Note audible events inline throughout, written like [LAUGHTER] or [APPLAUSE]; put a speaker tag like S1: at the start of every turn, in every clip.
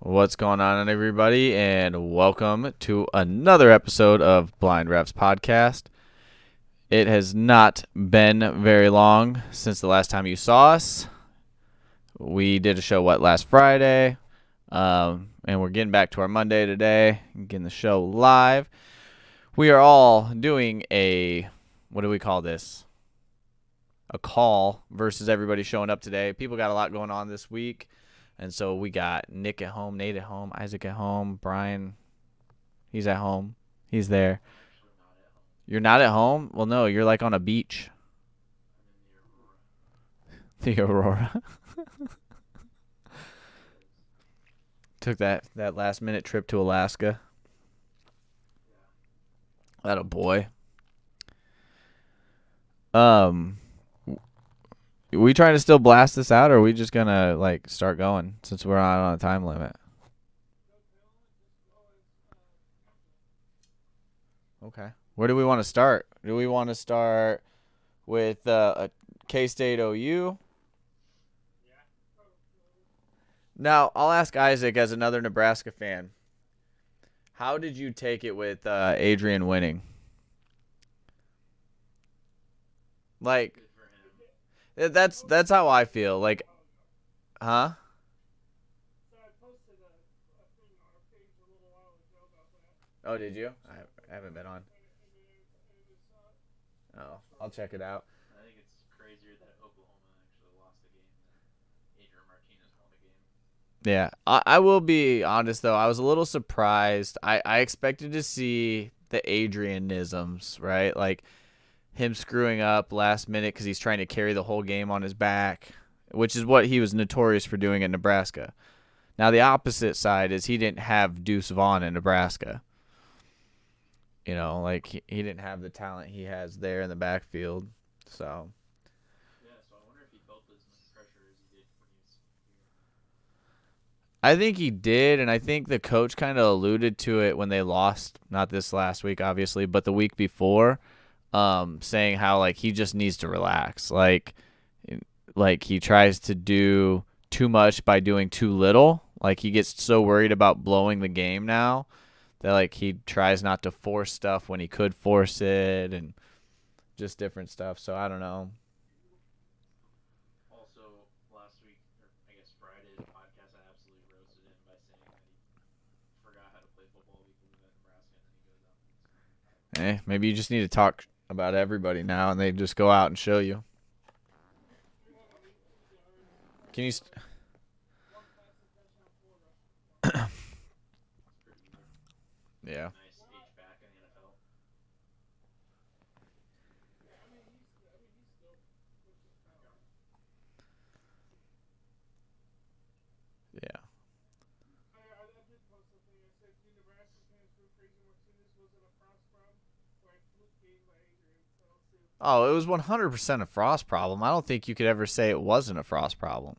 S1: What's going on, everybody, and welcome to another episode of Blind Refs Podcast. It has not been very long since the last time you saw us. We did a show, what, last Friday? Um, and we're getting back to our Monday today, getting the show live. We are all doing a, what do we call this? A call versus everybody showing up today. People got a lot going on this week. And so we got Nick at home, Nate at home, Isaac at home, Brian. He's at home. He's there. You're not at home? Well, no, you're like on a beach. The Aurora. [LAUGHS] Took that that last minute trip to Alaska. That a boy. Um we trying to still blast this out or are we just gonna like start going since we're not on a time limit okay where do we want to start do we want to start with uh, a k-state ou now i'll ask isaac as another nebraska fan how did you take it with uh, adrian winning like Th- That's that's how I feel. Like, huh? Oh, did you? I I haven't been on. Oh, I'll check it out.
S2: I think it's crazier that Oklahoma actually lost the game than Adrian Martinez won the game.
S1: Yeah, I, I will be honest though. I was a little surprised. I, I expected to see the Adrianisms, right? Like him screwing up last minute because he's trying to carry the whole game on his back, which is what he was notorious for doing in Nebraska. Now the opposite side is he didn't have Deuce Vaughn in Nebraska. You know, like he, he didn't have the talent he has there in the backfield. So
S2: Yeah, so I wonder if he felt as much pressure as he did when he was here.
S1: I think he did, and I think the coach kind of alluded to it when they lost, not this last week, obviously, but the week before, um, saying how like he just needs to relax, like, like he tries to do too much by doing too little. Like he gets so worried about blowing the game now that like he tries not to force stuff when he could force it, and just different stuff. So I don't know.
S2: Also, last week, or I guess Friday, the podcast, I absolutely roasted him by saying that he forgot how to play football because of Nebraska, and then he goes out. and gets-
S1: Eh, maybe you just need to talk about everybody now, and they just go out and show you. Can you? St- [COUGHS] yeah.
S2: Nice H back in the NFL.
S1: Yeah. Oh, it was 100% a frost problem. I don't think you could ever say it wasn't a frost problem.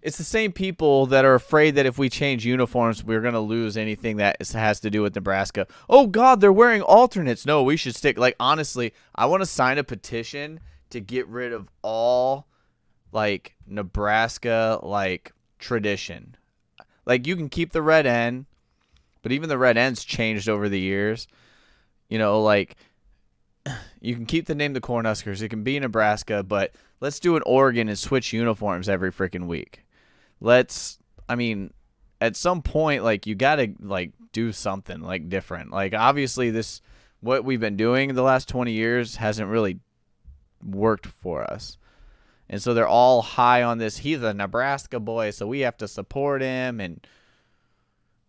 S1: It's the same people that are afraid that if we change uniforms, we're going to lose anything that is- has to do with Nebraska. Oh, God, they're wearing alternates. No, we should stick. Like, honestly, I want to sign a petition to get rid of all, like, Nebraska, like, tradition. Like, you can keep the red N, but even the red N's changed over the years. You know, like, [SIGHS] you can keep the name the Cornhuskers. It can be Nebraska, but let's do an Oregon and switch uniforms every freaking week let's i mean at some point like you gotta like do something like different like obviously this what we've been doing the last 20 years hasn't really worked for us and so they're all high on this he's a nebraska boy so we have to support him and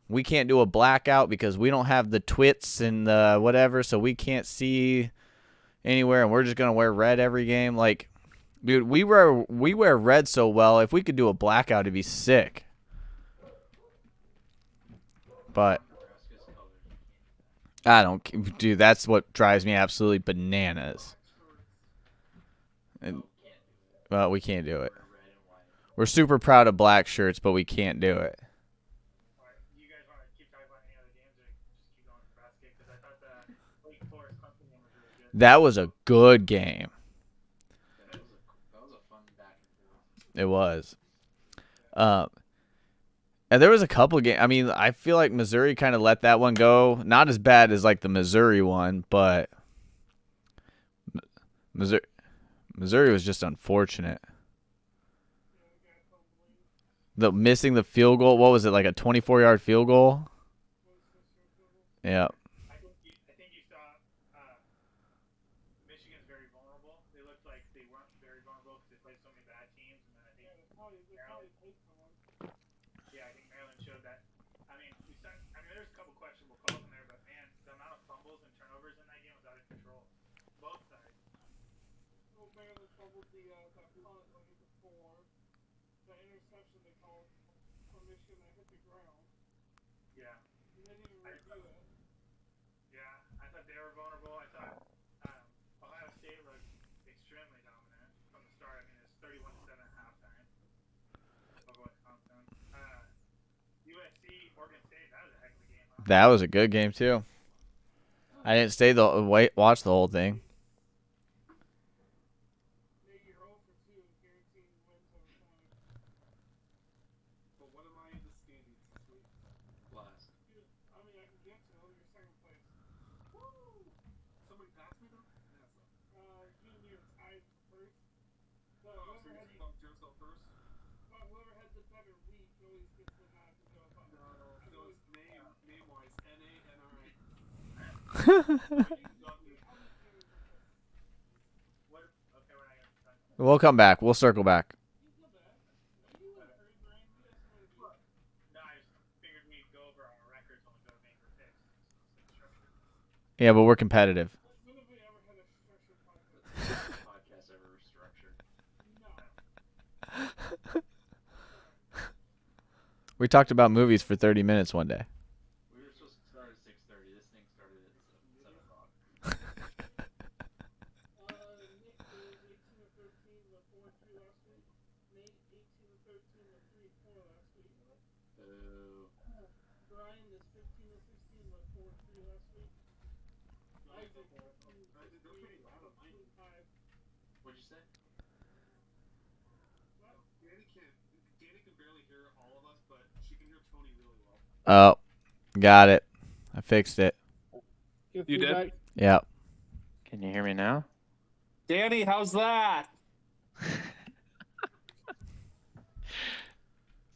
S1: we can't do a blackout because we don't have the twits and the whatever so we can't see anywhere and we're just gonna wear red every game like Dude, we wear we wear red so well. If we could do a blackout, it'd be sick. But I don't, c- dude. That's what drives me absolutely bananas. And, well, we can't do it. We're super proud of black shirts, but we can't do it.
S3: you guys want to keep talking about any other games or just keep going with basket? Because I thought the Lake Forest Clemson game was really good.
S1: That was a good game.
S2: That was a
S1: It was. Uh, and there was a couple games. I mean, I feel like Missouri kind of let that one go. Not as bad as like the Missouri one, but M- Missouri, Missouri was just unfortunate. The missing the field goal. What was it like a 24 yard field goal? Yeah.
S4: I think you, I think you saw uh, Michigan's very vulnerable. They looked like they weren't very vulnerable because they played so many bad teams, and then I think Maryland. Yeah, I think Maryland showed that. I mean, we sent, I mean, there's a couple questionable calls in there, but man, the amount of fumbles and turnovers in that game was out of control. Both sides.
S5: Well, Maryland fumbled the, uh, that punt on it before. The interception they called from Michigan that hit the ground.
S4: Yeah.
S5: And they didn't even review it.
S4: Yeah, I thought they were vulnerable. I thought um, Ohio State looked extremely dominant from the start. I mean, it's 31 7 at halftime. Of what Compton. Uh, USC, Oregon State, that was a heck of a game. Huh?
S1: That was a good game too. I didn't stay the wait watch the whole thing.
S5: They get 0 for 2, guaranteed wins over time.
S6: But what am I in the standings this week?
S7: Last.
S5: You- I mean, I can get to it. You're second place.
S6: Woo! Somebody passed me though? Yeah, so.
S5: Uh, you and you are tied for first. But
S6: Oh, so
S5: whoever
S6: you
S5: had,
S6: bumped yourself first?
S5: but whoever had the better week always gets the nod to go up.
S6: No, no, it's name, name wise. N A N
S5: [LAUGHS]
S6: R A.
S4: What, okay, we're not going to talk about
S1: We'll come back. We'll circle back.
S4: No, I just figured we'd go over our records when we go to make our picks.
S1: Yeah, but we're competitive.
S5: When have we ever had a structured podcast?
S7: Podcast ever restructured.
S5: No.
S1: We talked about movies for 30 minutes one day.
S7: We were supposed to start at 6:30. This thing started at 7, 7 o'clock.
S5: Uh, Nick was 18 and 13 with 4 2 last week. Nate 18 and 13 with 3 4 last week.
S7: Boo.
S5: Brian is 15 and 16 with 4 3 last week. Isaac 15 and 16 with 2 5.
S7: What'd you say?
S6: Danny can't. Danny can barely hear all of us, but she can hear Tony really well.
S1: Oh, got it. I fixed it.
S6: You did?
S1: Yeah.
S8: Can you hear me now?
S6: Danny, how's that?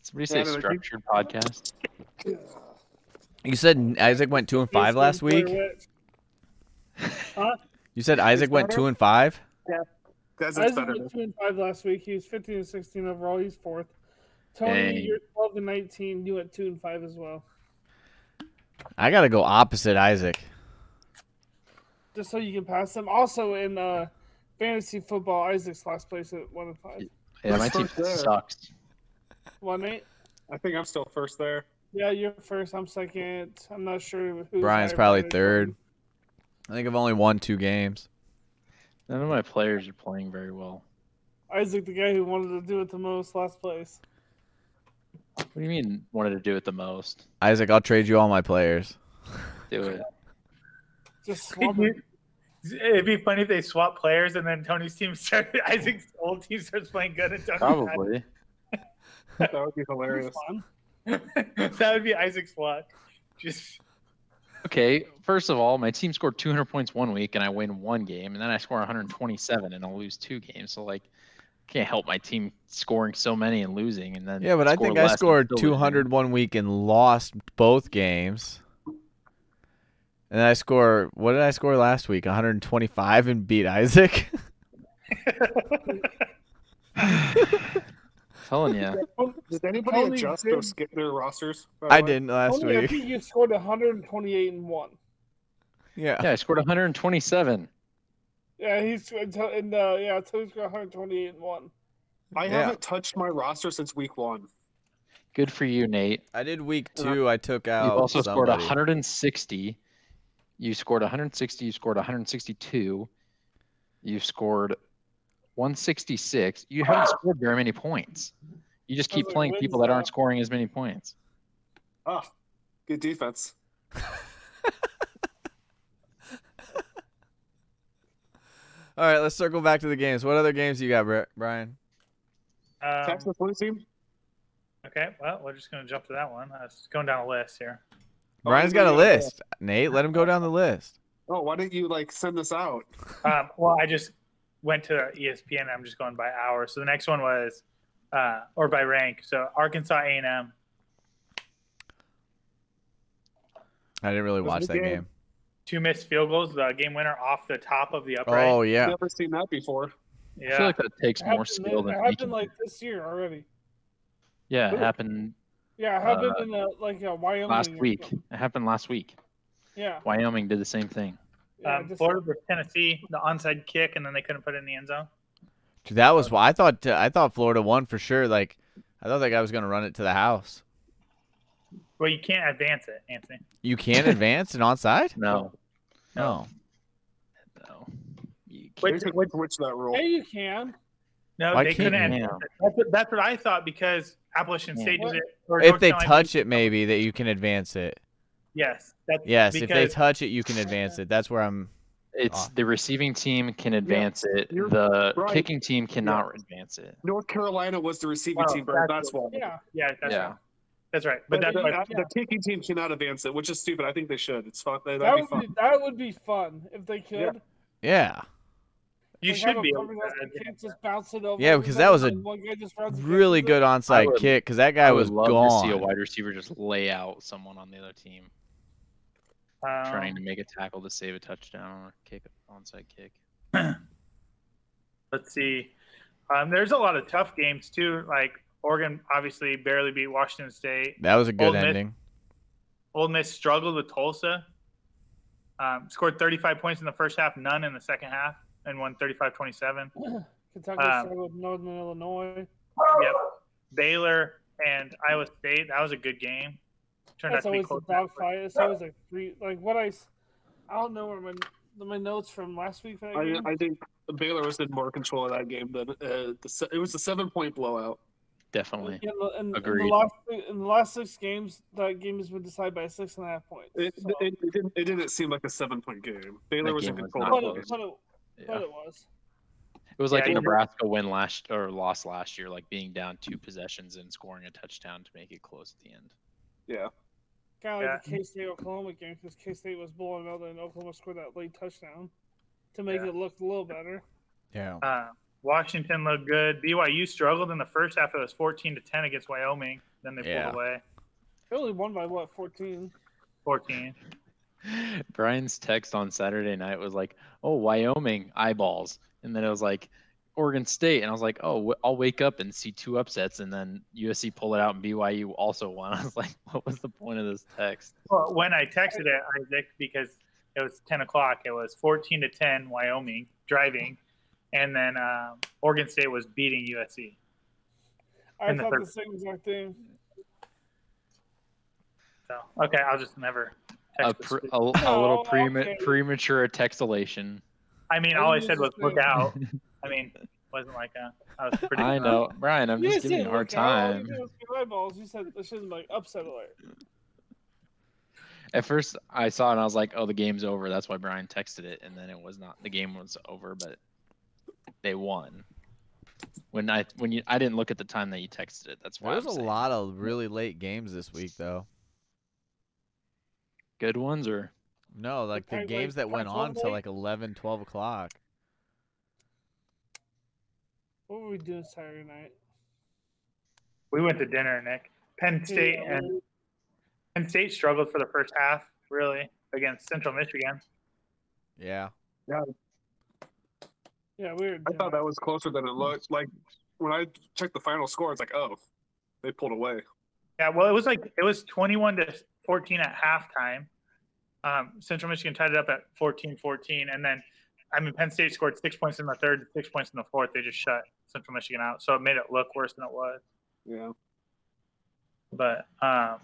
S8: Somebody say
S6: Yeah, but I think-
S8: structured podcast.
S1: You said Isaac went 2 and 5 last week? You said Isaac went 2 and 5?
S6: That's
S5: Isaac was 2 and 5 last week. He was 15 and 16 overall. He's fourth. Tony,
S8: Dang.
S5: you're 12 and 19. You went 2 and 5 as well.
S1: I got to go opposite Isaac.
S5: Just so you can pass them. Also, in uh, fantasy football, Isaac's last place at 1 and 5.
S8: Yeah, my
S6: Let's
S8: team
S6: start there.
S8: sucks.
S5: One, Nate?
S6: I think I'm still first there.
S5: Yeah, you're first. I'm second. I'm not sure who.
S1: Brian's probably third. I think I've only won two games.
S8: None of my players are playing very well.
S5: Isaac, the guy who wanted to do it the most, last place.
S8: What do you mean wanted to do it the most?
S1: Isaac, I'll trade you all my players. [LAUGHS]
S8: Do it.
S6: [LAUGHS]
S5: Just swap him.
S9: [LAUGHS] It'd be funny if they swap players and then Tony's team [LAUGHS] starts, Isaac's old team starts playing good and Tony's bad.
S8: Probably.
S6: That would be
S5: It'd be
S6: hilarious.
S5: fun.
S9: [LAUGHS] that would be Isaac's luck. Just
S8: Okay, first of all, my team scored 200 points one week and I win one game, and then I score 127 and I'll lose two games. So, like, can't help my team scoring so many and losing. And then,
S1: Yeah, but I
S8: score
S1: think I
S8: less and
S1: scored
S8: still losing.
S1: 200 one week and lost both games. And then I score, what did I score last week? 125 and beat Isaac? [LAUGHS]
S8: [LAUGHS] telling you.
S6: Did anybody
S5: Tony
S6: adjust
S5: did-
S6: or skip their rosters? by the
S1: I
S6: way?
S1: didn't last
S5: Only I
S1: week.
S5: think you scored 128 and one.
S1: Yeah.
S8: [LAUGHS] Yeah, I scored 127.
S5: Yeah, he's and, to- and uh, yeah, Tony's got 128 and one.
S6: I
S1: Yeah.
S6: haven't touched my roster since week one.
S8: Good for you, Nate.
S1: I did week two. I took out.
S8: You've also scored
S1: somebody.
S8: 160. You scored 160. You scored 162. You've scored 166. You haven't scored very many points. You just keep
S5: Those are
S8: playing
S5: wins,
S8: people that aren't
S5: though.
S8: scoring as many points.
S6: Ah, good defense.
S1: All right, let's circle back to the games. What other games you got, Bri- Brian?
S4: Um,
S6: Texas blue team.
S4: Okay, well, we're just going to jump to that one. I was going down a list here.
S1: Brian's
S6: Oh, you
S1: got a
S6: didn't go down.
S1: list. Nate, let him go down the list.
S6: Oh, why didn't you like send this out?
S4: Um, well, I just went to E ESPN. I'm just going by hour. So the next one was, uh, or by rank. So Arkansas A&M.
S1: I didn't really
S6: That's
S1: watch
S6: a
S1: that
S6: good
S1: game.
S6: game.
S4: Two missed field goals. The game winner off the top of the upright.
S1: Oh yeah.
S6: Never seen that before.
S8: I feel
S4: yeah.
S8: like that takes
S5: It
S8: more
S5: happened,
S8: skill
S5: like,
S8: than
S5: it
S8: we
S5: happened
S8: can.
S5: like this year already.
S8: yeah, it happened
S5: Yeah, it happened in uh like uh Wyoming.
S8: last
S5: or
S8: week.
S5: something.
S8: It happened last week.
S5: Yeah.
S8: Wyoming did the same thing.
S5: yeah
S4: um,
S5: just-
S4: Florida versus Tennessee, the onside kick, and then they couldn't put it in the end zone.
S1: Dude, that was why I thought uh, I thought Florida won for sure. Like I thought that guy was gonna run it to the house.
S4: Well, you can't advance it, Anthony.
S1: You can advance and onside?
S8: No,
S1: No.
S8: no. You
S6: They
S4: Wait,
S6: could
S4: wait.
S6: switch that rule.
S5: Yeah, you can.
S4: No,
S1: Why
S4: they
S1: can't
S4: couldn't.
S1: you?
S4: Advance it. That's, what, that's what I thought because Appalachian
S8: Yeah.
S4: State did it. or
S1: If
S4: North
S1: they
S4: Carolina-
S1: touch it, maybe that you can advance it.
S4: yes, that's
S1: Yes, if they
S4: Because-
S1: touch it, you can advance it. That's where I'm.
S8: It's
S5: Ah.
S1: Oh.
S8: the receiving team can advance it.
S6: you're
S8: The
S6: right.
S8: kicking team cannot advance it.
S6: North Carolina was the receiving
S4: Oh,
S6: team, but
S4: that's
S6: that's why.
S5: Yeah.
S4: Yeah, that's
S8: Yeah.
S4: right. That's right. But that's
S6: the,
S4: what,
S6: the kicking team cannot advance it, which is stupid. I think they should. It's fun. That'd
S5: That
S6: be
S5: would
S6: fun.
S5: be, that would be fun if they could.
S1: Yeah.
S6: Yeah.
S4: you
S5: Like, have
S4: should
S5: a
S4: be. able
S5: cover
S4: to
S5: that they
S4: advance
S5: can't just bounce it over
S1: Yeah, because that was a
S5: everybody, and one guy just runs and
S1: Really
S5: catches it.
S1: good onside
S8: would-
S1: kick because that guy
S8: would
S1: was
S8: love to see
S1: gone.
S8: a wide receiver just lay out someone on the other team
S4: it. Um,
S8: trying to make a tackle to save a touchdown or kick an onside kick.
S4: Let's see. Um, there's a lot of tough games too. Like Oregon obviously barely beat Washington State.
S1: That was a
S4: Ole
S1: good
S4: Miss.
S1: ending.
S4: Ole Miss struggled with Tulsa. Um, scored 35 points in the first half, none in the second half, and won 35-27.
S5: [COUGHS] Kentucky
S4: Um,
S5: struggled Northern Illinois.
S4: Yep. Baylor and Iowa State. That was a good game. Turned
S5: That's
S4: out to be
S5: always a
S4: close.
S5: bad fight. It's always like three. Like what I, s- I don't know where my my notes from last week. For that
S6: I,
S5: game.
S6: I think Baylor was in more control of that game than uh, the, se- it was a seven point blowout.
S8: Definitely.
S5: In the, in, in the
S8: Agreed.
S5: last in the last six games, that game has been decided by six and a half points.
S6: It,
S5: So-
S6: it, it, didn't, it didn't seem like a seven point game. Baylor
S8: That
S6: was in
S8: game was
S6: control.
S8: not
S5: but,
S6: of
S5: it,
S6: that game.
S8: close.
S5: but, it,
S8: Yeah.
S5: but it was.
S8: It was like
S4: Yeah,
S8: the
S4: you-
S8: Nebraska win last or loss last year, like being down two possessions and scoring a touchdown to make it close at the end.
S5: Kind of like
S4: Yeah.
S5: the K State Oklahoma game because K State was blowing out and Oklahoma scored that late touchdown to make
S4: Yeah.
S5: it look a little better.
S1: Yeah.
S4: Uh, Washington looked good. BYU struggled in the first half. It was 14 to 10 against Wyoming. Then they
S1: Yeah.
S4: pulled away.
S5: They only won by what fourteen.
S4: 14.
S8: [LAUGHS] Brian's text on Saturday night was like, "Oh, Wyoming eyeballs," and then it was like, "Oregon State," and I was like, "Oh, w- I'll wake up and see two upsets, and then USC pull it out and BYU also won." [LAUGHS] I was like, "What was the point of this text?"
S4: Well, when I texted it, Isaac, because it was 10 o'clock, it was 14 to 10, Wyoming driving. And then um, Oregon State was beating USC.
S5: I
S4: In the
S5: thought
S4: third.
S5: the same exact thing.
S4: So, okay, I'll just never
S8: A,
S4: text. this.
S8: pr- a, a little
S5: Oh,
S8: prema-
S5: okay.
S8: premature textulation.
S4: I mean, all I said was
S5: This is-
S4: look out. [LAUGHS] I mean, wasn't like a, I
S8: [LAUGHS]
S4: was pretty.
S8: I know, Brian. I'm just giving you a hard time.
S5: You eyeballs. You said this isn't like upset alert.
S8: At first, I saw it and I was like, "Oh, the game's over." That's why Brian texted it, and then it was not. The game was over, but they won. When I when you I didn't look at the time that you texted it. That's why
S1: There's
S8: there's
S1: a lot of really late games this week though.
S8: good ones or
S1: No, like the
S5: Pac-12
S1: games that went
S5: Pac-12
S1: on till
S5: late?
S1: like 11, 12 o'clock.
S5: What were we doing Saturday night?
S4: We went to dinner, Nick. Penn State and Penn State struggled for the first half, really, against Central Michigan.
S1: Yeah.
S5: Yeah, we were.
S6: I thought that was closer than it looked. Like when I checked the final score, it's like, oh, they pulled away.
S4: Yeah, well, it was like it was 21 to 14 at halftime. Um, Central Michigan tied it up at 14-14, and then I mean Penn State scored six points in the third, and six points in the fourth. They just shut Central Michigan out, so it made it look worse than it was.
S6: Yeah.
S4: But um,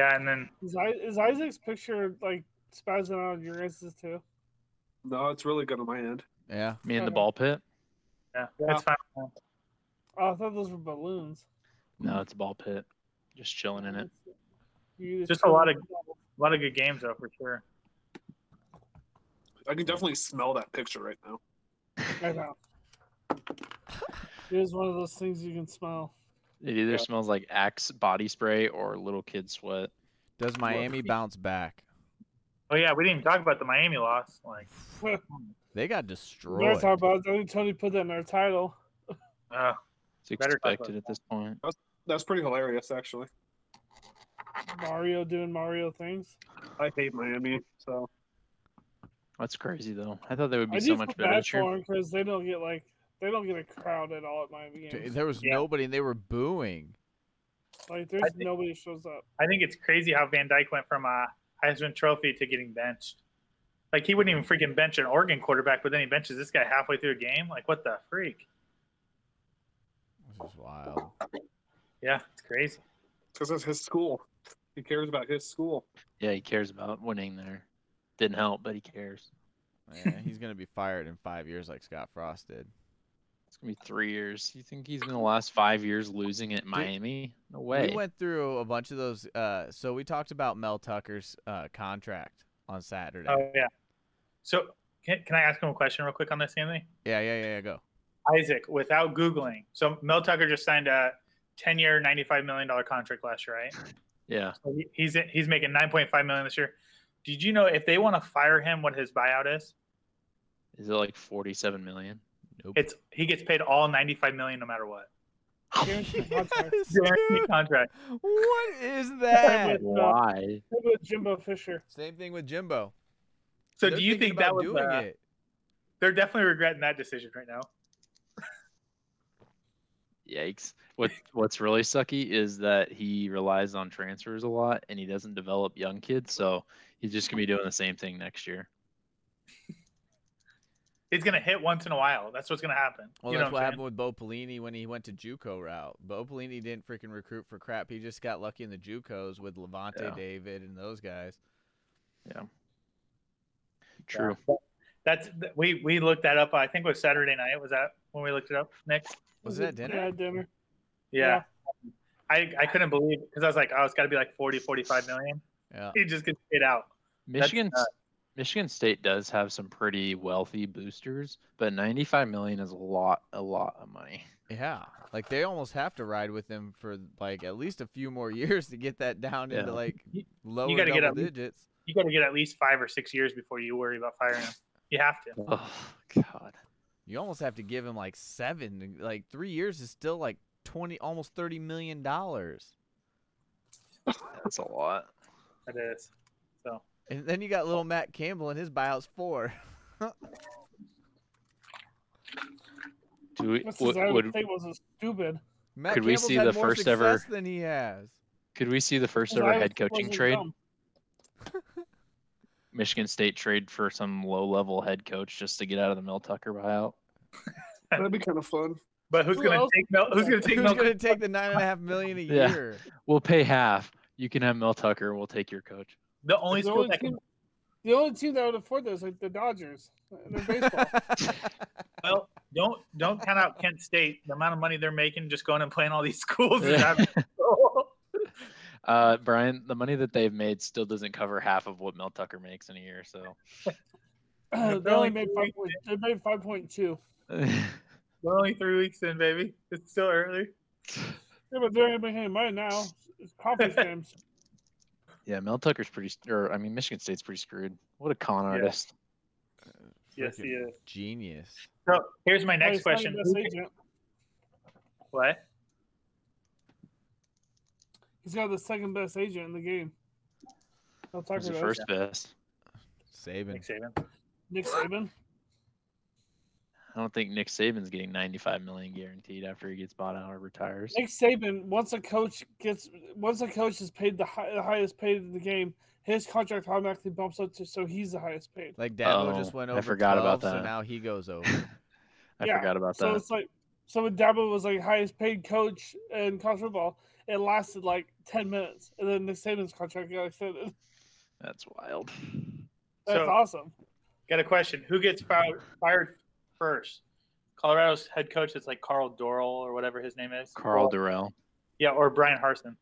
S4: yeah, and then
S5: Is, I- is Isaac's picture like spazzing out on your guys' too?
S6: No, it's really good on my end.
S1: Yeah.
S8: me in the
S5: Uh-huh.
S8: ball pit.
S4: yeah,
S6: Yeah.
S4: it's fine.
S5: Oh, I thought those were balloons.
S1: Mm-hmm.
S8: No, it's a ball pit. Just chilling in it.
S5: You
S4: Just a lot of- A lot of good games though for sure.
S6: I can definitely smell that picture right now.
S5: I know. It is one of those things you can smell.
S8: It either smells like Axe body spray or little kid sweat.
S1: Does Miami bounce back?
S4: Oh yeah, we didn't even talk about the Miami loss. Like,
S1: They got
S5: We gotta
S1: destroyed.
S5: talk about it. Tony put that in our title.
S4: uh,
S8: It's
S4: Better talk about
S8: expected at this point.
S6: That's pretty hilarious, actually.
S5: Mario doing Mario things.
S6: I hate Miami, so
S8: That's crazy though. I thought they would
S5: I
S8: be so
S5: do feel
S8: much better
S5: bad
S8: this year.
S5: for because they don't get like they don't get a crowd at all at Miami
S1: D-
S5: games.
S1: There was
S4: Yeah.
S1: nobody, and they were booing.
S5: Like there's
S4: I think-
S5: nobody shows up.
S4: I think it's crazy how Van Dyke went from a Heisman Trophy to getting benched. Like he wouldn't even freaking bench an Oregon quarterback, but then he benches this guy halfway through a game. Like what the freak?
S1: This is wild.
S4: Yeah, it's crazy.
S6: because it's his school. He cares about his school.
S8: Yeah, he cares about winning there. Didn't help, but he cares.
S1: Yeah, he's gonna be fired in five years, like Scott Frost did.
S8: It's gonna be three years. You think he's gonna last five years losing at Miami? No way.
S1: We went through a bunch of those. Uh, so we talked about Mel Tucker's uh, contract on Saturday.
S4: Oh yeah. So can, can I ask him a question real quick on this, Anthony?
S1: Yeah, yeah, yeah, yeah. Go.
S4: [LAUGHS] Isaac, without googling, so Mel Tucker just signed a ten-year, ninety-five million dollar contract last year, right?
S8: yeah.
S4: So he- he's he's making nine point five million this year. Did you know if they want to fire him, what his buyout is?
S8: Is it like forty-seven million?
S1: Nope.
S4: It's he gets paid all ninety-five million no matter what.
S5: Guaranteed
S1: [LAUGHS]
S5: contract.
S1: Yes,
S4: Guaranteed
S1: dude.
S4: contract.
S1: What
S4: [LAUGHS]
S1: is that?
S8: Why?
S5: What about Jimbo Fisher?
S1: Same thing with Jimbo.
S4: So
S1: They're
S4: do you
S1: thinking
S4: think that
S1: about
S4: was?
S1: doing
S4: uh,
S1: it?
S4: They're definitely regretting that decision right now.
S8: Yikes. What what's really sucky is that he relies on transfers a lot and he doesn't develop young kids, so he's just gonna be doing the same thing next year.
S4: He's gonna hit once in a while. That's what's gonna happen.
S1: Well,
S4: you know
S1: that's what
S4: I'm saying?
S1: happened with Bo Pelini when he went to JUCO route. Bo Pelini didn't freaking recruit for crap. He just got lucky in the JUCOs with Levante
S8: Yeah.
S1: David and those guys.
S8: True.
S4: That's we we looked that up. I think it was Saturday night. Was that when we looked it up, Nick?
S1: Was it at dinner?
S5: Yeah, dinner.
S4: Yeah. I, I couldn't believe because I was like, oh, it's got to be like 40, 45 million.
S1: Yeah.
S4: He just gets paid out.
S8: Michigan
S4: nuts.
S8: Michigan State does have some pretty wealthy boosters, but ninety five million is a lot a lot of money.
S1: Yeah, like they almost have to ride with him for like at least a few more [LAUGHS] years to get that down
S8: Yeah.
S1: into like
S4: You-
S1: lower
S4: gotta
S1: double
S4: get at least-
S1: digits.
S4: You got to get at least five or six years before you worry about firing him. You have to.
S8: Oh god.
S1: You almost have to give him like seven. Like three years is still like twenty, almost thirty million dollars.
S8: That's a lot.
S4: That is. So
S1: And then you got little Matt Campbell and his buyout's four. [LAUGHS]
S8: Do we,
S5: This
S8: would,
S5: is I would
S8: would
S5: think was stupid.
S1: Matt
S8: Could we
S1: Campbell's
S8: see
S1: had
S8: the
S1: more
S8: first ever-
S1: success than he
S4: [LAUGHS]
S1: has.
S8: could we see the first
S5: This
S8: ever
S5: Iowa
S8: head
S5: State
S8: coaching
S5: wasn't
S8: trade?
S5: dumb.
S8: Michigan State trade for some low level head coach just to get out of the Mel Tucker buyout?
S6: That'd be kind of fun.
S4: But who's
S5: Who
S4: gonna
S5: else?
S4: take Mel? Who's gonna take
S1: Who's
S4: Mel?
S1: gonna take the nine and a half million a
S8: Yeah.
S4: [LAUGHS]
S1: year?
S8: We'll pay half. You can have Mel Tucker. We'll take your coach.
S4: The only
S5: the,
S4: school
S5: only
S4: that can
S5: team, the only team that would afford that is like the Dodgers. And their
S8: [LAUGHS]
S1: [LAUGHS]
S5: baseball.
S4: well don't don't count out Kent State. The amount of money they're making just going and playing all these [LAUGHS] schools. is
S8: Yeah.
S1: [LAUGHS]
S4: [LAUGHS] not-
S8: Uh, Brian, the money that they've made still doesn't cover half of what Mel Tucker makes in a year. So
S5: they only made five point. They made five point two.
S8: yeah,
S4: We're only three weeks in, baby. It's still early.
S5: Yeah, but they're making any money now. It's [LAUGHS] conference games.
S8: Mel Tucker's pretty, st- or I mean, Michigan State's pretty screwed. What a con artist.
S4: Yes, he
S1: Frickin'
S4: is.
S1: Genius.
S4: So here's my
S5: Probably
S4: next
S5: signed a
S4: question.
S5: best agent.
S4: What?
S5: He's got the second best agent in the game. I'll talk
S8: He's the
S5: about
S8: first best.
S1: Saban.
S4: Nick Saban.
S5: Nick Saban.
S8: I don't think Nick Saban's getting 95 million guaranteed after he gets bought out or retires.
S5: Nick Saban, once a coach gets, once a coach is paid the, high, the highest paid in the game, his contract automatically bumps up to so he's the highest paid.
S1: Like Dabo just
S8: Oh,
S1: went
S8: I
S1: over.
S8: forgot about
S1: 12, So
S8: that.
S1: now he goes over.
S8: I
S5: Yeah,
S8: forgot about
S5: So
S8: that.
S5: it's like, so when Dabo was like highest paid coach in college football, it lasted like ten minutes, and then Nick Saban's contract got extended. [LAUGHS]
S8: That's wild.
S5: That's
S4: So-
S5: awesome.
S4: Got a question. Who gets fired, fired first? Colorado's head coach is like Carl Dorrell or whatever his name is.
S8: Carl
S4: Or-
S8: Durrell.
S4: Yeah, or Brian Harson.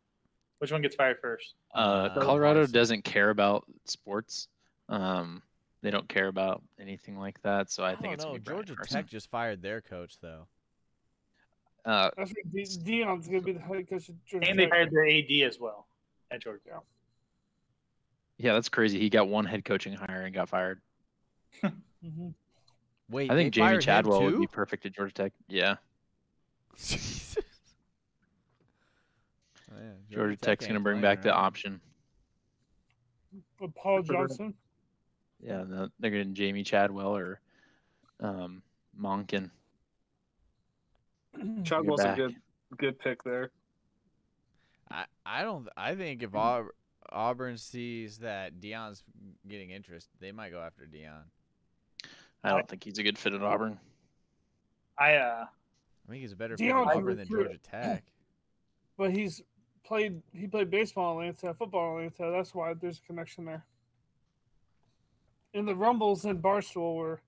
S4: Which one gets fired first?
S8: Uh,
S1: Uh,
S8: Colorado
S1: Larson.
S8: doesn't care about sports. Um, they don't care about anything like that. So I, think
S1: don't
S8: it's
S1: know.
S8: gonna be Brian
S1: Oh, Georgia
S8: Carson.
S1: Tech just fired their coach though.
S8: Uh,
S5: I think De- Dion's gonna be the head coach. of Georgia
S4: And they
S5: Tech.
S4: hired their AD as well at Georgia.
S8: yeah, that's crazy. He got one head coaching hire and got fired.
S5: Mhm.
S1: Wait,
S8: I think
S1: they
S8: Jamie
S1: fired him
S8: Chadwell would
S1: too?
S8: be perfect at Georgia Tech. Yeah, [LAUGHS]
S1: Jesus. Oh, [LAUGHS] yeah,
S8: Georgia Tech's
S1: ain't
S8: gonna bring
S1: playing
S8: back the
S1: right now.
S8: option.
S5: But Paul
S4: Good for them.
S5: Johnson.
S8: Yeah, and the- they're getting Jamie Chadwell or um, Monken.
S6: Chad
S8: You're
S6: was a
S8: back.
S6: good good pick there.
S1: I, I don't. I think
S8: Mm.
S1: if Aub- Auburn sees that Dion's getting interest, they might go after Dion.
S8: I don't think he's a good fit at Auburn.
S4: I uh,
S1: I think he's a better fit at
S5: Dion's a
S1: Auburn than
S5: recruit.
S1: Georgia Tech.
S5: [CLEARS THROAT] But he's played. He played baseball in Atlanta, football in Atlanta. That's why there's a connection there. And the Rumbles and Barstool were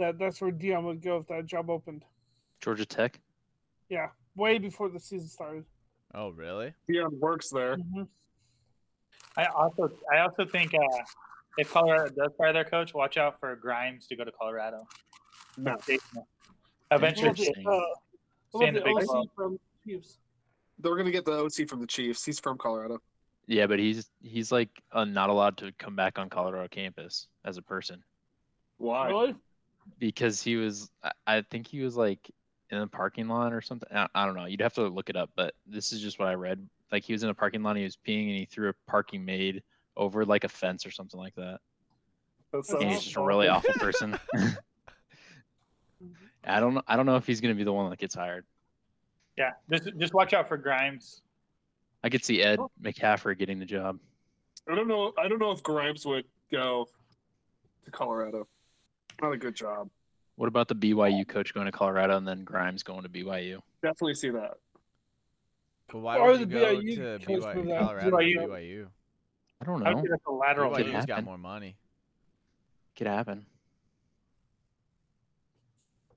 S5: that. That's where Dion would go if that job opened.
S8: Georgia Tech.
S5: Yeah, way before the season started.
S1: Oh, really?
S6: Dion um, works there.
S5: Mhm.
S4: I also I also think uh, if Colorado does fire their coach, watch out for Grimes to go to Colorado.
S6: No.
S4: Eventually,
S5: What about the,
S8: Interesting.
S5: uh, what
S4: Stay in
S5: about
S4: the Big
S5: the OC
S4: Twelve.
S5: from Chiefs?
S6: They're gonna get the OC from the Chiefs. He's from Colorado.
S8: Yeah, but he's he's like uh, not allowed to come back on Colorado campus as a person
S6: Why?
S5: Really?
S8: because he was I- I think he was like in a parking lot or something. I, I don't know. You'd have to look it up, but this is just what I read. Like he was in a parking lot, and he was peeing, and he threw a parking maid over like a fence or something like that.
S6: That's
S5: Yeah,
S8: And
S6: sounds
S8: he's just a really awful person. [LAUGHS] I don't know. I don't know if he's gonna be the one that gets hired.
S4: yeah, just just watch out for Grimes.
S8: I could see Ed McCaffrey getting the job.
S6: I don't know. I don't know if Grimes would go to Colorado. Not a good job.
S8: What about the BYU coach going to Colorado and then Grimes going to BYU?
S6: Definitely see that.
S1: But why
S5: Or
S1: would you
S5: the
S1: go
S5: BYU
S1: to
S5: coach
S1: BYU,
S5: for that.
S1: Colorado or
S4: BYU.
S1: BYU?
S8: I don't
S4: I would
S8: know.
S4: say that's a lateral
S8: Could
S1: BYU's
S4: move.
S1: got
S8: happen.
S1: more money.
S8: Could happen.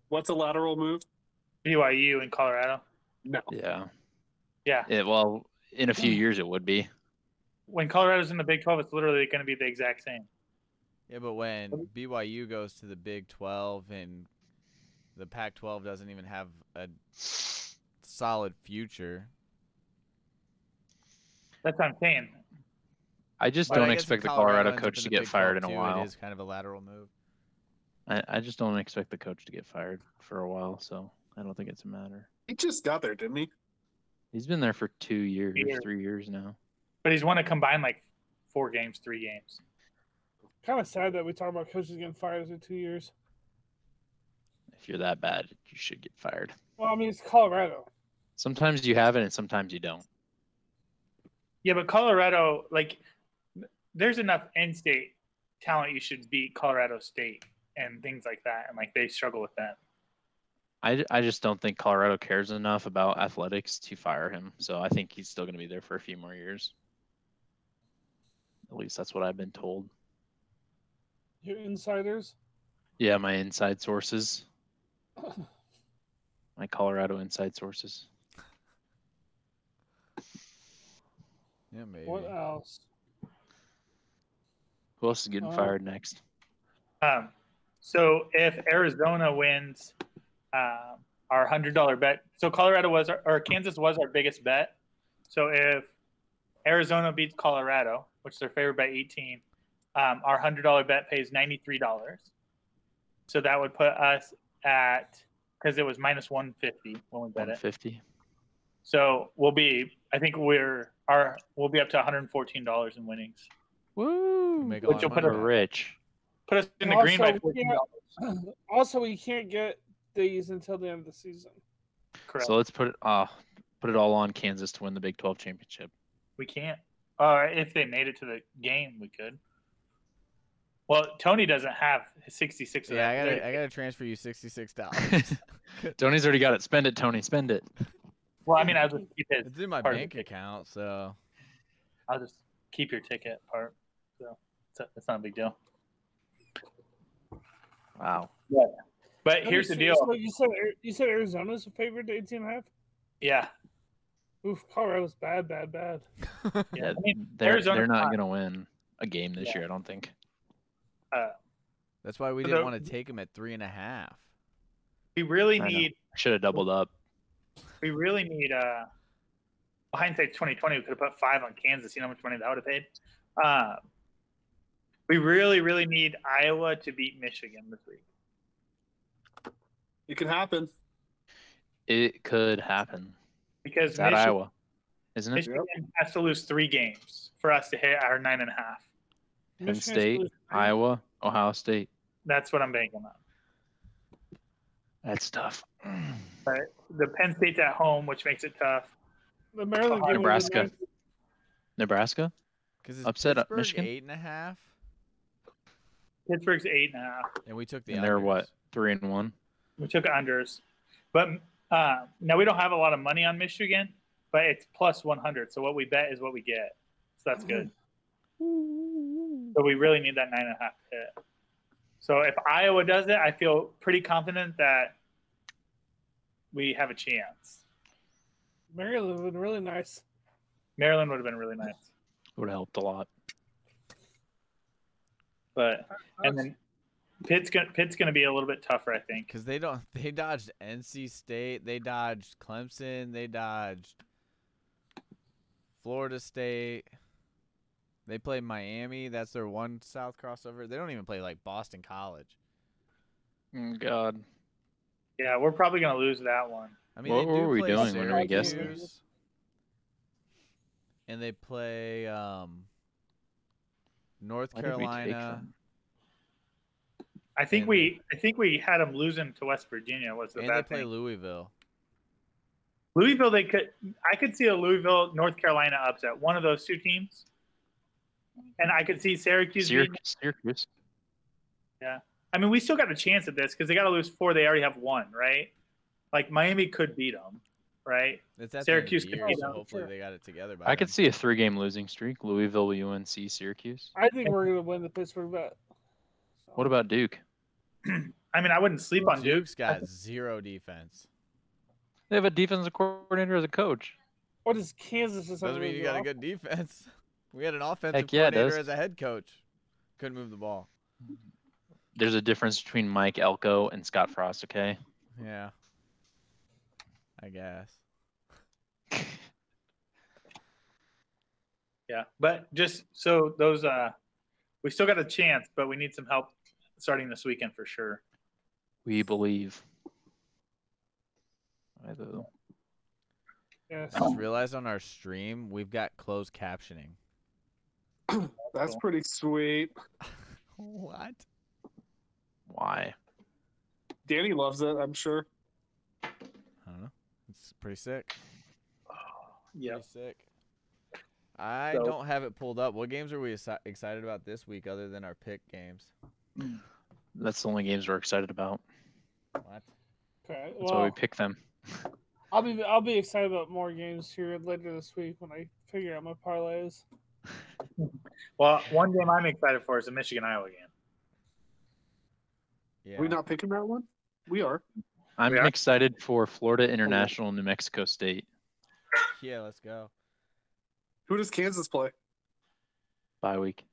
S6: What's a lateral move?
S4: BYU in Colorado.
S6: No.
S8: Yeah.
S4: Yeah,
S8: It, well, in a few years it would be.
S4: when Colorado's in the Big Twelve, it's literally going to be the exact same.
S1: Yeah, but when BYU goes to the Big 12 and the Pac 12 doesn't even have a solid future,
S4: That's what I'm saying.
S8: I just
S1: But I
S8: don't
S1: guess if
S8: expect the
S1: Colorado
S8: Colorado,
S1: ends up
S8: coach
S1: in the
S8: to get
S1: Big 12
S8: fired in a
S1: too,
S8: while.
S1: It is kind of a lateral move.
S8: I, I just don't expect the coach to get fired for a while, so I don't think it's a matter.
S6: He just got there, didn't he?
S8: He's been there for two years,
S4: Years.
S8: three years now.
S4: But he's won a combined like four games, three games.
S5: Kind of sad that we talk about coaches getting fired after two years.
S8: If you're that bad, you should get fired.
S5: Well, I mean, it's Colorado.
S8: Sometimes you have it and sometimes you don't.
S4: Yeah, but Colorado, like, there's enough in-state talent you should beat Colorado State and things like that, and like they struggle with that.
S8: I, I just don't think Colorado cares enough about athletics to fire him. So I think he's still going to be there for a few more years. At least that's what I've been told.
S5: Your insiders.
S8: Yeah, my inside sources, my Colorado inside sources.
S1: Yeah, maybe.
S5: What else? [CLEARS THROAT]
S8: Who else is getting
S5: Oh.
S8: fired next?
S4: Um, so if Arizona wins, um, our hundred dollar bet. So Colorado was our, or Kansas was our biggest bet. So if Arizona beats Colorado, which they're favored by eighteen, um, our hundred dollar bet pays ninety three dollars. So that would put us at because it was minus one fifty when we
S1: uh,
S4: bet it.
S8: 150.
S4: So we'll be. I think we're our we'll be up to one hundred fourteen dollars in winnings.
S8: Woo!
S1: make a
S4: Which
S1: lot
S4: will
S1: of
S4: put
S1: money
S4: a
S1: back.
S8: rich.
S4: Put us in the
S5: Also,
S4: green by
S5: we
S4: fourteen
S5: can't-
S4: dollars.
S5: Also, we can't get these until the end of the season.
S4: Correct.
S8: So let's put it uh, put it all on Kansas to win the Big 12 championship.
S4: We can't. Or if they made it to the game, we could. Well, Tony doesn't have his 66. of
S1: Yeah, I
S4: that.
S1: gotta, I gotta transfer you sixty six dollars.
S8: [LAUGHS] Tony's already got it. Spend it, Tony. Spend it.
S4: Well, I mean, I'll just keep his.
S1: It's in my
S4: Pardon.
S1: bank account, so
S4: I'll just keep your ticket part. So it's, it's not a big deal.
S8: Wow.
S4: But
S5: Let me
S4: here's the
S5: see,
S4: deal.
S5: so you said Ari- you said Arizona's a favorite to eighteen and a half.
S4: Yeah,
S5: Oof, Colorado's bad, bad, bad.
S8: Yeah,
S4: I mean,
S8: they're
S4: Arizona's
S8: they're
S4: not-
S8: not gonna win a game this
S4: Yeah.
S8: year. I don't think.
S1: that's why we
S4: So
S1: didn't
S4: the-
S1: want to take him at three and a half.
S4: we really
S8: I know.
S4: need
S8: Should have doubled up.
S4: We really need uh well, hindsight twenty twenty, we could have put five on Kansas, you know how much money that would have paid. Uh we really, really need Iowa to beat Michigan this week.
S6: It can happen.
S8: It could happen.
S4: Because
S8: It's at
S4: Michigan,
S8: Iowa, isn't it?
S4: Michigan has to lose three games for us to hit our nine and a half.
S8: Penn
S5: Michigan's
S8: State,
S5: losing.
S8: Iowa, Ohio State.
S4: That's what I'm banking on.
S8: That's tough. [CLEARS THROAT]
S4: The Penn State's at home, which makes it tough.
S5: The Maryland game was a
S8: Nebraska.
S5: nice-
S8: Nebraska.
S1: Because it's
S8: Upset, uh,
S1: Pittsburgh
S8: Michigan?
S1: eight and a half,
S4: Pittsburgh's eight and a half.
S1: and we took the.
S8: and they're
S1: unders.
S8: what three and one.
S4: We took unders, but uh, now we don't have a lot of money on Michigan, but it's plus 100. So what we bet is what we get. So that's good. So we really need that nine and a half hit. So if Iowa does it, I feel pretty confident that we have a chance.
S5: Maryland would really nice.
S4: Maryland would have been really nice,
S8: Would have helped a lot.
S4: but and then Pitt's gonna Pitt's gonna be a little bit tougher, I think.
S1: Because they don't. [LAUGHS] They dodged NC State. They dodged Clemson. They dodged Florida State. They play Miami. That's their one South crossover. They don't even play like Boston College.
S8: Mm, God,
S4: Yeah, we're probably gonna lose that one.
S1: I mean,
S8: What
S1: they
S8: were
S1: do
S8: we
S1: play
S8: doing
S5: when we guessed this?
S1: Syracuse, And they play um, North
S8: why did we take
S1: Carolina.
S8: them?
S4: I think
S1: And-
S4: we I think we had them losing to West Virginia was the
S1: and they
S4: bad
S1: play
S4: thing.
S1: Louisville.
S4: Louisville, they could. I could see a Louisville, North Carolina upset. One of those two teams, and I could see Syracuse.
S8: Syrac-
S4: beating-
S8: Syracuse.
S4: I mean, we still got a chance at this because they got to lose four. They already have one, right? Like Miami could beat them, right?
S1: It's at
S4: Syracuse
S1: the
S4: could
S1: end of the year,
S4: beat
S1: so
S4: them,
S1: hopefully
S5: sure.
S1: they got it together. By
S8: I could
S1: then.
S8: see a three-game losing streak. Louisville, UNC, Syracuse.
S5: I think we're gonna win the Pittsburgh bet.
S8: What about Duke?
S4: I mean, I wouldn't sleep on Duke.
S1: Duke's got zero defense.
S8: They have a defensive coordinator as a coach.
S5: What is Kansas? Is
S1: Doesn't mean you got a good defense. [LAUGHS] We had an offensive
S8: Heck yeah, it
S1: coordinator
S8: does.
S1: as a head coach. Couldn't move the ball.
S8: There's a difference between Mike Elko and Scott Frost. Okay.
S1: Yeah. I guess.
S4: Yeah, but just so those, uh, we still got a chance, but we need some help starting this weekend for sure.
S8: We believe. I though.
S5: Yes.
S1: I
S8: Oh.
S1: just realized on our stream we've got closed captioning.
S6: That's
S4: Cool.
S6: pretty sweet.
S1: What?
S8: Why?
S6: Danny loves it, I'm sure.
S1: I don't know. It's pretty sick.
S4: Yeah,
S1: Pretty sick. I
S4: So-
S1: don't have it pulled up. What games are we exci- excited about this week other than our pick games?
S8: That's the only games we're excited about.
S1: What?
S5: Okay.
S8: That's why we
S5: Well,
S8: pick them.
S5: I'll be I'll be excited about more games here later this week when I figure out my parlays.
S4: Well, one game I'm excited for is the Michigan Iowa game.
S1: Yeah.
S6: Are we not picking that one? We are.
S8: I'm
S4: Yeah.
S8: excited for Florida International, New Mexico State.
S1: yeah, let's go.
S6: Who does Kansas play?
S8: Bye week.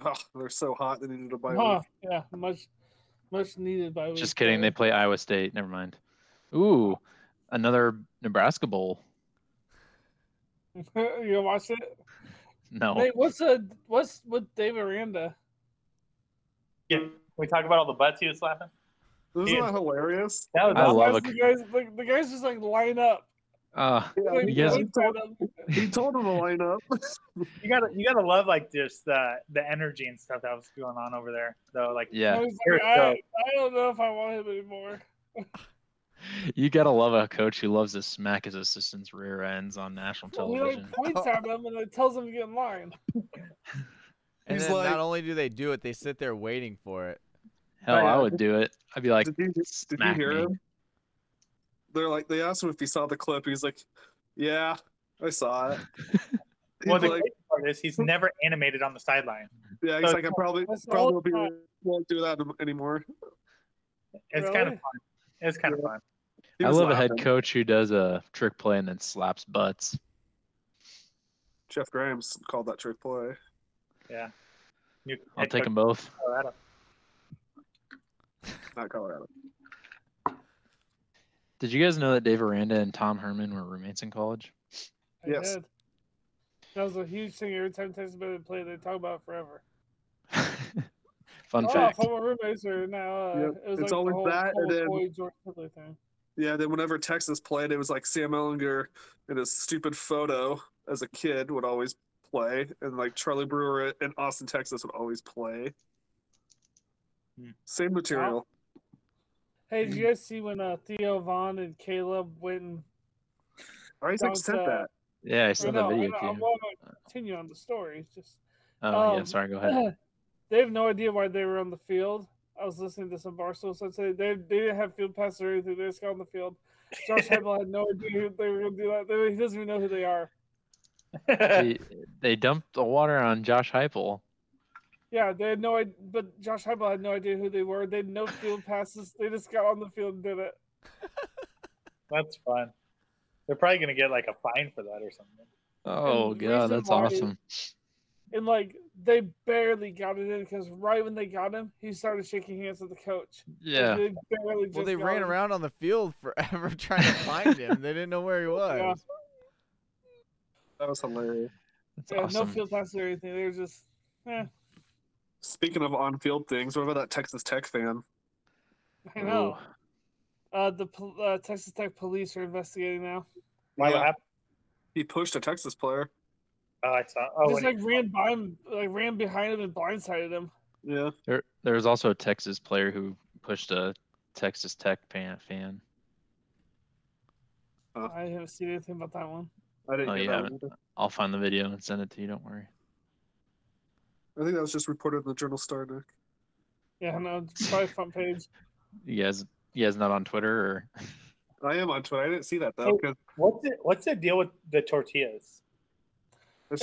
S6: Oh, they're so hot. They needed to buy.
S5: Huh, yeah, much much needed by week
S8: Just kidding. They
S5: four.
S8: play Iowa State. Never mind. Ooh, another Nebraska Bowl.
S5: [LAUGHS] you gonna watch it?
S8: No.
S5: Hey, what's a what's with Dave Aranda?
S4: Yeah, Can we talk about all the butts he was slapping.
S6: Isn't
S4: Yeah.
S6: that hilarious?
S4: That was
S8: I
S4: awesome.
S8: love
S5: Guys,
S8: it.
S5: the guys the, the guys just like line up.
S8: Uh,
S6: Yeah,
S5: Like,
S6: he,
S8: guys-
S6: he
S5: line
S6: told,
S5: up.
S6: he told him to line up.
S4: You gotta, you gotta love like just the the energy and stuff that was going on over there. Though, like
S5: I
S8: yeah.
S5: was
S4: Here
S5: like,
S4: it
S5: I,
S4: goes.
S5: I don't know if I want him anymore.
S8: You got to love a coach who loves to smack his assistant's rear ends on national
S5: Well, he like
S8: television.
S6: Oh.
S5: points at him and then tells him to get in line.
S1: And
S6: He's
S1: then
S6: like-
S1: not only do they do it, they sit there waiting for it.
S8: Hell, I would do it. I'd be [LAUGHS] like,
S6: Did you, did you
S8: smack
S6: hear
S8: me.
S6: him? They're like, they asked him if he saw the clip. He's like, yeah, I saw
S8: [LAUGHS]
S6: it. He's
S4: Well, the
S6: like,
S4: great part is he's never animated on the sideline.
S6: yeah, he's
S8: Uh,
S4: so-
S6: like, I probably
S5: That's the whole
S6: probably
S5: time.
S6: won't do that anymore.
S4: It's kind of
S5: Really?
S4: fun. It's kind of fun.
S6: He
S8: I
S6: was
S8: love a head
S6: laughing.
S8: coach who does a trick play and then slaps butts.
S6: Jeff Graham's called that trick play.
S4: You-
S8: I'll take them both.
S4: Colorado.
S6: Not Colorado.
S8: Did you guys know that Dave Aranda and Tom Herman were roommates in college? [LAUGHS]
S5: I
S6: Yes.
S5: did. That was a huge thing. Every time Texas Band played, they talk about it forever.
S8: Fun
S5: oh,
S8: fact.
S5: former roommates are now. Uh,
S6: Yep,
S5: It was
S6: it's
S5: like the
S6: always
S5: whole,
S6: that,
S5: whole
S6: and then-
S5: Floyd George Miller thing.
S6: Yeah, then whenever Texas played, it was like Sam Ellinger and his stupid photo as a kid would always play, and like Charlie Brewer in Austin, Texas would always play.
S4: Hmm.
S6: Same material.
S5: Hey,
S6: Hmm.
S5: did you guys see when uh, Theo Vaughn and Caleb went and
S6: I always
S5: Don't,
S6: sent
S5: uh,
S6: that.
S8: Yeah, I
S5: Or
S8: saw
S5: no,
S8: that
S5: I
S8: video.
S5: know, I'm
S8: too.
S5: going to continue on the story. It's just
S8: Oh yeah,
S5: um,
S8: sorry. Go
S5: [LAUGHS]
S8: ahead.
S5: [CLEARS THROAT] they have no idea why they were on the field. I was listening to some Barstool so they they didn't have field passes or anything. They just got on the field.
S8: [LAUGHS]
S5: Josh Heibel had no idea who they were going to do that. They- He doesn't even know who they are.
S8: They, they dumped the water on Josh Heupel.
S5: Yeah, they had no idea. But Josh Heibel had no idea who they were. They had no field passes. They just got on the field and did it.
S4: [LAUGHS] That's fun. They're probably gonna get like a fine for that or something.
S8: Oh
S5: the
S8: god,
S5: reason
S8: that's
S5: why-
S8: awesome.
S5: And like they barely got it in because right when they got him, he started shaking hands with the coach.
S8: Yeah.
S5: They barely
S1: Well,
S5: just
S1: they
S5: got
S1: ran
S5: him.
S1: around on the field forever [LAUGHS] trying to find him. They didn't know where he was.
S5: Yeah.
S6: That was hilarious.
S8: That's
S5: Yeah,
S8: awesome.
S5: no field passes or anything. They were just. Eh,
S6: Speaking of on-field things, what about that Texas Tech fan?
S5: I know. Uh, the pol- uh, Texas Tech police are investigating now.
S4: Why
S6: Yeah.
S4: what happened?
S6: He pushed a Texas player.
S4: Oh, I saw. Oh,
S5: just
S4: when
S5: like
S4: he-
S5: ran by him, like ran behind him and blindsided him.
S6: Yeah,
S8: There, there was also a Texas player who pushed a Texas Tech fan. fan.
S6: Huh.
S5: I haven't seen anything about that one.
S6: I didn't
S8: Oh,
S6: hear
S8: you
S6: that
S8: haven't?
S6: one
S8: I'll find the video and send it to you. Don't worry.
S6: either. I think that was just reported in the Journal Star. Nick.
S5: Yeah, no, it's
S8: [LAUGHS]
S5: probably front page.
S8: You guys, you guys not on Twitter or? [LAUGHS]
S6: I am on Twitter. I didn't see that though. 'cause
S4: what's the, what's the deal with the tortillas?
S6: It's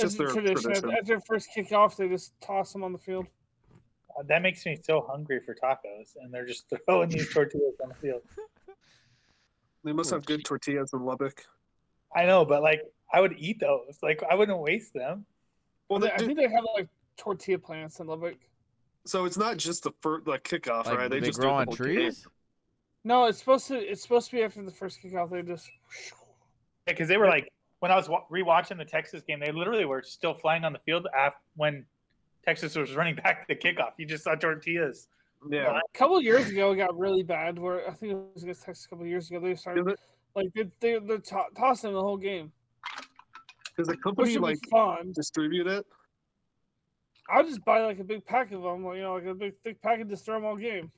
S5: It's
S6: just
S5: a
S6: their
S5: tradition.
S6: tradition.
S5: After first kickoff, they just toss him on the field.
S4: Uh, that makes me so hungry for tacos, and they're just [LAUGHS] throwing these tortillas on the field.
S6: They must
S8: Oh,
S6: have good
S8: gee.
S6: tortillas in Lubbock.
S4: I know, but like I would eat those. Like I wouldn't waste them.
S6: Well,
S5: They-
S6: they
S5: I
S6: do,
S5: think they have like tortilla plants in Lubbock.
S6: so it's not just the first like kickoff,
S1: Like,
S6: right?
S1: they,
S6: just do it
S1: grow
S6: the
S1: on
S6: whole
S1: trees.
S6: game.
S5: No, it's supposed to. It's supposed to be after the first kickoff. They just.
S4: because they were like when I was wa- rewatching the Texas game, they literally were still flying on the field af when Texas was running [LAUGHS] back the kickoff. You just saw tortillas.
S6: Yeah,
S5: A couple years ago, it got really bad. Where I think it was against Texas. A couple years ago, they started
S6: Is it-
S5: like they they they're to- tossing the whole game,
S6: does the
S5: which
S6: company
S5: would
S6: like
S5: be fun.
S6: distribute it?
S5: I'll just buy like a big pack of them, like, you know, like a big thick pack and just throw them all game.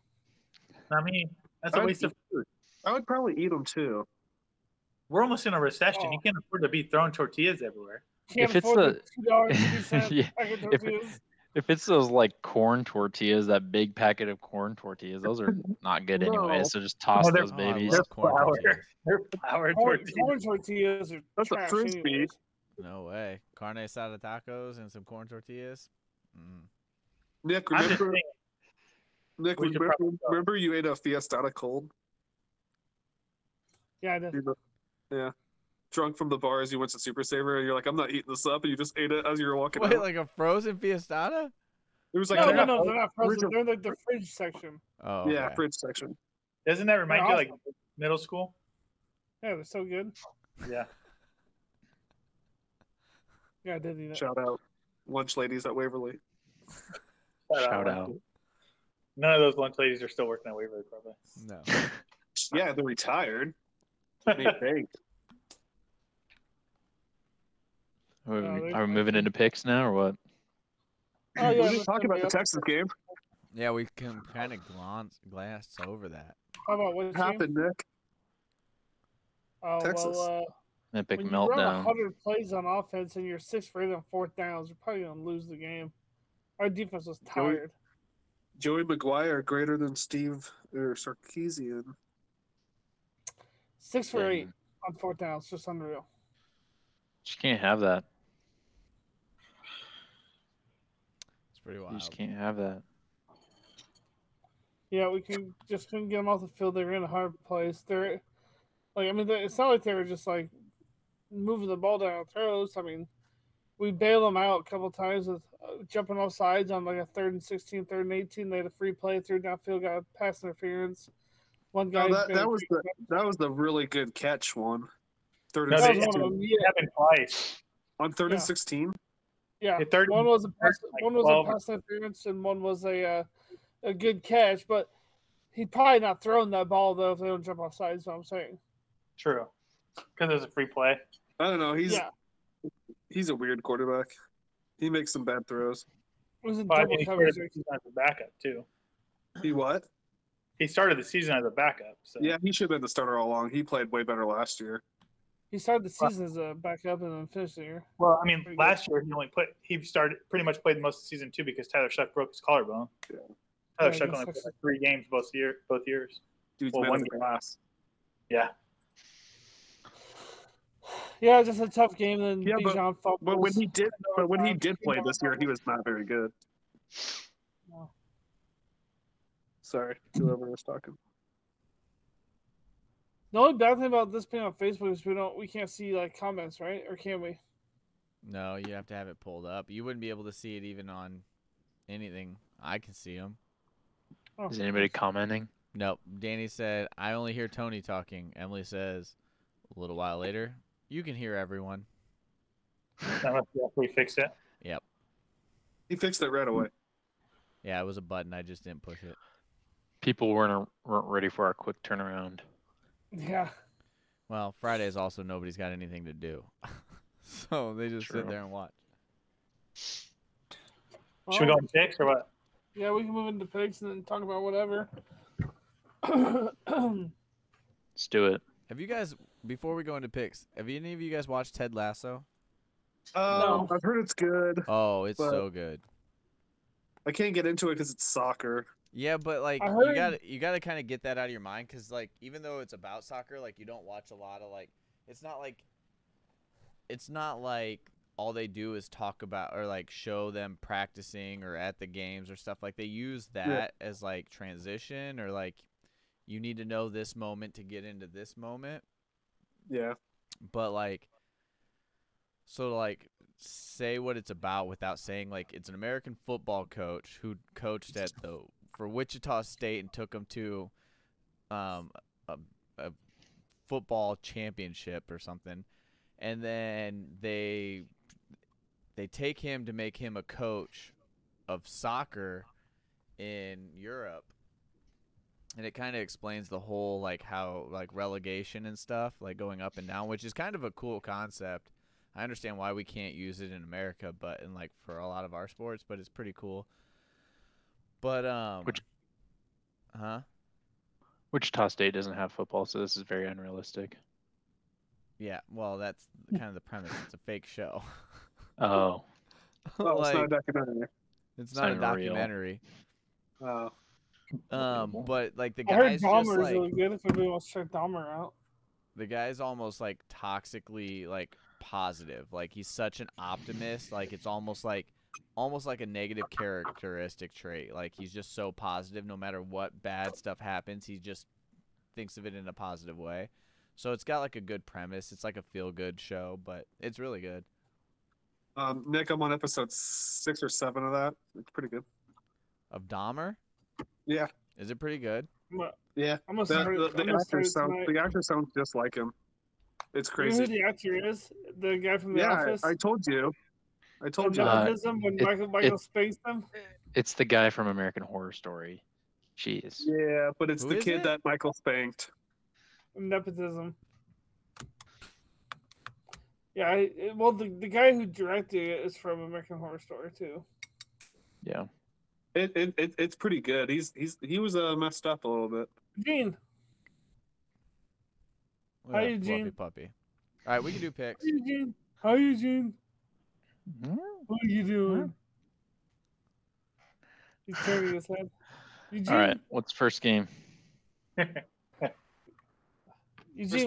S4: I mean, that's a
S6: I'd
S4: waste of.
S6: eat- I would probably eat them too.
S4: We're almost in a recession.
S5: Oh.
S4: You can't afford to be throwing tortillas everywhere.
S5: Can't
S8: If it's
S5: afford
S8: the-
S5: the two dollars fifty
S8: [LAUGHS]
S5: cent
S8: Yeah,
S5: pack of
S8: if it-
S6: [LAUGHS]
S5: tortillas.
S8: If it's those like corn tortillas, that big packet of corn tortillas, those
S5: [LAUGHS]
S8: are not good anyway.
S6: No.
S8: So just toss
S4: they're-
S8: those
S1: Oh, I
S8: babies.
S1: love corn
S4: flour.
S1: tortillas.
S4: [LAUGHS] They're flour
S5: Corn,
S4: tortillas.
S5: corn tortillas are
S6: That's a
S5: trash
S6: frisbee.
S5: anyways.
S1: No way. Carne asada tacos and some corn tortillas. Mm.
S6: Nick,
S4: I'm just
S6: remember?
S4: saying,
S6: Nick,
S4: we should
S6: remember,
S4: probably go.
S6: remember you ate a fiestada cold?
S5: Yeah, I did.
S6: Yeah. Drunk from the bars, you went to Super Saver, and you're like, "I'm not eating this up," and you just ate it as you were walking
S1: Wait,
S6: out.
S1: like a frozen fiestada?
S6: it was like,
S5: No,
S4: they're
S5: no,
S4: not
S5: no, they're not frozen.
S6: original-
S5: They're in like the fridge section.
S1: Oh,
S6: yeah,
S1: okay.
S6: fridge section.
S4: doesn't that remind
S5: They're
S4: you like middle school?
S5: Yeah, they're so good.
S4: Yeah.
S5: Yeah, I did eat it.
S6: Shout out, lunch ladies
S1: [LAUGHS]
S6: at Waverly.
S8: Shout out.
S4: None of those lunch ladies are still working at Waverly, probably.
S1: No.
S6: Yeah,
S4: [LAUGHS]
S6: they're retired. They baked.
S8: Are
S5: No,
S8: we,
S5: there's
S8: are we moving into picks now or what?
S5: Oh
S6: we
S5: yeah,
S6: didn't talk about the Texas game.
S1: Yeah, we can kind of glance glance over that.
S5: How about what
S6: What
S5: happened?
S6: happened, Nick?
S5: Oh
S6: Texas.
S5: well, uh,
S8: Epic
S5: when you run
S8: meltdown.
S5: hundred plays on offense and you're six for eight on fourth downs, you're probably gonna lose the game. Our defense was
S6: Joey-
S5: tired.
S6: Joey McGuire greater than Steve or Sarkeesian.
S5: Six for eight
S8: Dang.
S5: on fourth downs, just unreal.
S8: Just can't have that.
S1: It's pretty
S8: You
S1: wild.
S8: just can't have that.
S5: Yeah, we can just couldn't get them off the field. They ran a hard place. They're like, I mean, they- it's not like they were just like moving the ball down our throats. I mean, we bail them out a couple times with uh, jumping off sides on like a third and 16, third and 18. They had a free play through downfield, got a pass interference. One guy.
S6: No, that,
S5: made a
S6: that was
S5: three-
S6: the that was the really good catch one. Third
S4: No,
S6: and
S5: that was
S4: they-
S5: one of
S6: 16.
S5: them. Yeah,
S4: happened twice.
S6: on third and
S5: yeah.
S6: sixteen.
S5: yeah.
S4: The third
S5: one was a pass,
S4: like
S5: one was
S4: 12.
S5: a pass interference, and one was a uh, a good catch. But he'd probably not thrown that ball though if they don't jump offside. Is what I'm saying.
S4: True. Because it was a free play.
S6: I don't know. He's
S5: yeah,
S6: he's a weird quarterback. He makes some bad throws.
S5: it was in
S4: Well, I
S5: double
S4: mean, he started
S5: coverage.
S4: the season as a backup too.
S6: He what?
S4: He started the season as a backup. So
S6: Yeah, he should have been the starter all along. He played way better last year.
S5: He started the season as a backup and then finished the year.
S4: Well, I mean,
S5: Pretty good.
S4: last year he only put he started pretty much played most of the season too because Tyler Shuck broke his collarbone.
S6: Yeah.
S4: Tyler
S5: Yeah,
S4: Shuck
S5: that's
S4: only
S5: actually-
S4: played like three games both year both years.
S6: Dude's
S4: Well,
S6: man
S4: one
S6: of the
S4: game.
S6: class.
S4: Yeah.
S5: Yeah, just a tough game. Then
S6: Yeah, but-
S5: Bijan fumbles.
S6: But when he did, but when he
S5: five,
S6: did
S5: three
S6: play
S5: more
S6: this year, he was not very good.
S5: No.
S6: Sorry, whoever was talking.
S5: The only bad thing about this being on Facebook is we don't we can't see like comments, right? Or can we?
S1: No, you have to have it pulled up. You wouldn't be able to see it even on anything. I can see them.
S5: Oh.
S8: Is anybody commenting?
S1: Nope. Danny said, I only hear Tony talking. Emily says, a little while later, you can hear everyone.
S4: Unless we fixed it.
S6: He fixed it right away.
S1: Yeah, it was a button. I just didn't push it.
S8: People weren't weren't ready for our quick turnaround.
S5: Yeah.
S1: Well, Fridays also nobody's got anything to do. [LAUGHS] so they just sit
S8: True.
S1: there and watch.
S4: Should we go
S5: Well,
S4: on picks or what?
S5: Yeah, we can move into picks and then talk about whatever. [CLEARS THROAT] I
S8: Let's do it.
S1: Have you guys, before we go into picks, have any of you guys watched Ted Lasso?
S6: Oh, I've heard it's good.
S1: Oh, it's
S6: But-
S1: so good.
S6: I can't get into it because it's soccer.
S1: Yeah, but like
S5: I
S1: you
S5: heard-
S1: got to you got to kind of get that out of your mind cuz like even though it's about soccer, like you don't watch a lot of like it's not like it's not like all they do is talk about or like show them practicing or at the games or stuff like they use that as like transition or like you need to know this moment to get into this moment
S6: Yeah,
S1: but like so to like say what it's about without saying like it's an American football coach who coached at the for Wichita State and took them to um a, a football championship or something and then they they take him to make him a coach of soccer in Europe and it kind of explains the whole like how like relegation and stuff like going up and down which is kind of a cool concept i understand why we can't use it in america but in like for a lot of our sports but it's pretty cool but um
S8: Which-
S1: huh
S8: Wichita State doesn't have football, so this is very unrealistic.
S1: yeah well
S8: [LAUGHS]
S1: that's kind of the premise it's a fake show [LAUGHS]
S8: Oh,
S6: oh, it's not a
S1: Like,
S6: documentary.
S1: it's
S8: it's
S1: not a
S8: not real.
S1: documentary
S6: Oh,
S1: um but like the
S5: heard
S1: guys just
S5: Dahmer is
S1: like
S5: really good if anybody wants to check Dahmer out.
S1: the guy's almost like toxically like positive like he's such an optimist like it's almost like almost like a negative characteristic trait like he's just so positive no matter what bad stuff happens he just thinks of it in a positive way so it's got like a good premise it's like a feel good show but it's really good
S6: um, Nick, I'm on episode six or seven of that. It's pretty good.
S1: of dahmer
S6: Yeah,
S1: is it pretty good
S5: I'm gonna-
S6: yeah.
S5: I'm gonna
S6: The,
S5: start.
S6: the,
S5: Oh, I'm
S6: the
S5: gonna
S6: actor
S5: start it
S6: sounds
S5: tonight.
S6: the actor sounds just like him. It's
S5: You know who
S6: crazy.
S5: the actor is? The guy from The
S6: Yeah,
S5: Office.
S6: I told you. I told you.
S8: Uh,
S6: that.
S5: Nepotism when
S8: it-
S5: Michael Michael
S8: it-
S5: spaced him.
S8: it's the guy from American Horror Story. Jeez.
S6: yeah, but it's
S1: who
S6: the
S1: is
S6: kid
S1: it?
S6: that Michael spanked.
S5: Nepotism. Yeah, I, well, the, the guy who directed it is from American Horror Story too.
S8: Yeah.
S6: It, it, it it's pretty good. He's he's he was uh, messed up a little bit.
S5: Gene,
S1: Look
S5: Hi,
S1: at that fluffy
S5: Eugene.
S1: puppy all right we can do picks
S5: Hi, Eugene. Hi, Eugene.
S8: Mm-hmm.
S5: What are you doing? He's turning his head. Eugene,
S8: All right. What's first game?
S5: Eugene,
S6: First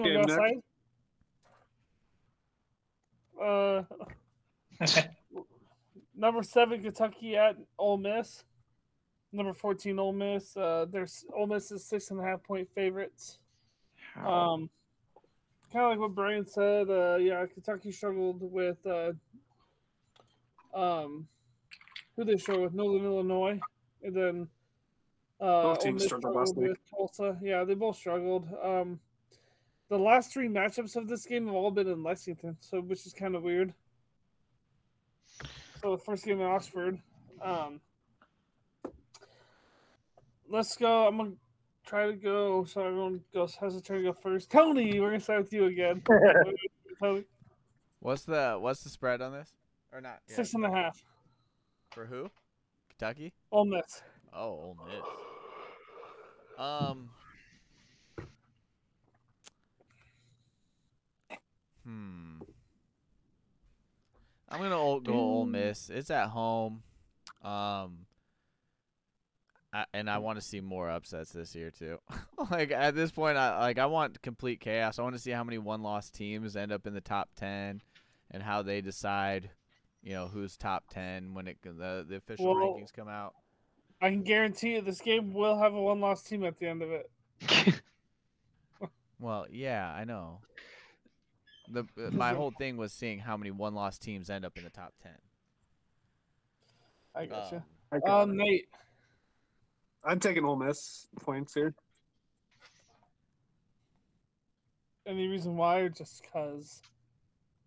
S5: we
S6: game,
S5: go
S6: Nick.
S5: outside. Uh,
S6: [LAUGHS]
S5: number seven Kentucky at Ole Miss. Number fourteen Ole Miss. Uh, there's Ole Miss is six and a half point favorites.
S6: Oh,
S5: Um, kind of like what Brian said. Uh, yeah, Kentucky struggled with uh, um, who they struggled with Northern Illinois, and then Uh,
S6: Both
S5: Ole
S6: teams
S5: Miss
S6: struggled last
S5: struggled
S6: week.
S5: with Tulsa. Yeah, they both struggled. Um, the last three matchups of this game have all been in Lexington, so which is kind of weird. So the first game in Oxford. Um, let's go. I'm gonna try to go. So everyone goes has a turn to go first. Tony, we're gonna start with you again. Tony,
S1: What's the what's the spread on this? Or not? yeah,
S5: Six and a half.
S1: For who? Kentucky?
S5: Ole Miss.
S1: Oh, Ole Miss. Um. Hmm. I'm gonna old, go Ole Miss. It's at home. Um. I, and I want to see more upsets this year too. [LAUGHS] like at this point, I like I want complete chaos. I want to see how many one-loss teams end up in the top ten, and how they decide, you know, who's top ten when it the, the official
S5: Well,
S1: rankings come out.
S5: I can guarantee you this game will have a one loss team at the end of it.
S1: Well, yeah, I know. The uh, my
S5: Mhm.
S1: whole thing was seeing how many one-loss teams end up in the top ten.
S5: I
S1: Um,
S5: gotcha.
S6: I
S5: Um,
S6: got it.
S5: Nate,
S6: I'm taking Ole Miss points here.
S5: any reason why or just cause?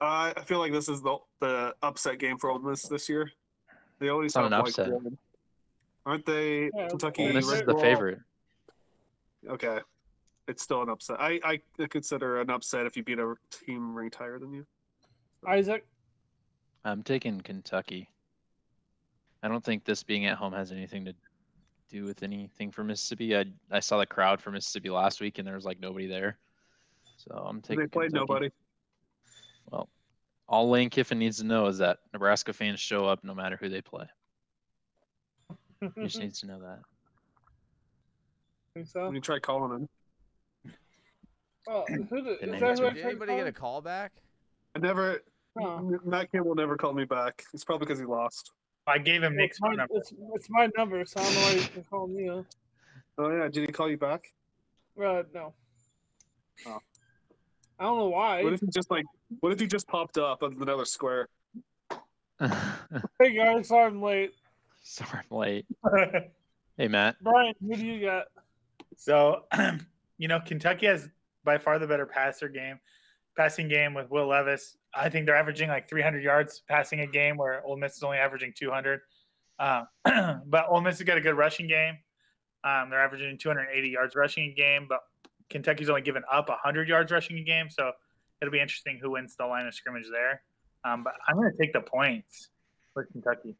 S6: I I feel like this is the the upset game for Ole Miss this year. They always
S8: It's not
S6: have
S8: an
S6: like
S8: upset.
S6: one. aren't they?
S5: Yeah,
S6: Kentucky.
S5: Ole
S8: Ole Miss is
S6: Red
S8: the
S6: Bull?
S8: favorite.
S6: Okay, it's still an upset. I I consider an upset if you beat a team ranked higher than you.
S1: [LAUGHS]
S5: Isaac,
S8: I'm taking Kentucky. I don't think this being at home has anything to do with anything for Mississippi. I I saw the crowd for Mississippi last week and there was like nobody there. So I'm
S6: And
S8: taking
S6: they played
S8: Kentucky.
S6: nobody.
S8: All Lane Kiffin needs to know is that Nebraska fans show up no matter who they play. He just
S6: Mm-hmm.
S5: [LAUGHS] think
S8: needs to know that.
S5: so?
S6: When you try calling them,
S5: Oh, who did,
S8: Good
S5: is
S8: name,
S5: that
S8: that's
S5: who I
S8: right.
S1: Did
S5: tried to Oh.
S1: anybody
S5: call?
S1: get a call back?
S6: I never.
S5: No.
S6: Matt Campbell never called me back. It's probably because he lost.
S4: I gave him
S5: Well,
S4: Nick's
S5: It's my,
S4: phone number.
S5: it's, it's my number, so I don't know why you can call me. Uh,
S6: Oh yeah, did he call you back?
S5: uh, no.
S6: Oh.
S5: I don't know why.
S6: What if he just like? What if he just popped up in another square?
S5: Hey guys, sorry I'm late.
S8: [LAUGHS] Sorry I'm late.
S4: [LAUGHS]
S8: Hey Matt.
S5: Brian, who do you got?
S4: So, [CLEARS THROAT] you know, Kentucky has by far the better passer game, passing game with Will Levis. I think they're averaging like 300 yards passing a game, where Ole Miss is only averaging 200. Uh, [CLEARS THROAT] but Ole Miss has got a good rushing game. Um, they're averaging 280 yards rushing a game, but Kentucky's only given up 100 yards rushing a game. So it'll be interesting who wins the line of scrimmage there. Um, but I'm going to take the points for Kentucky.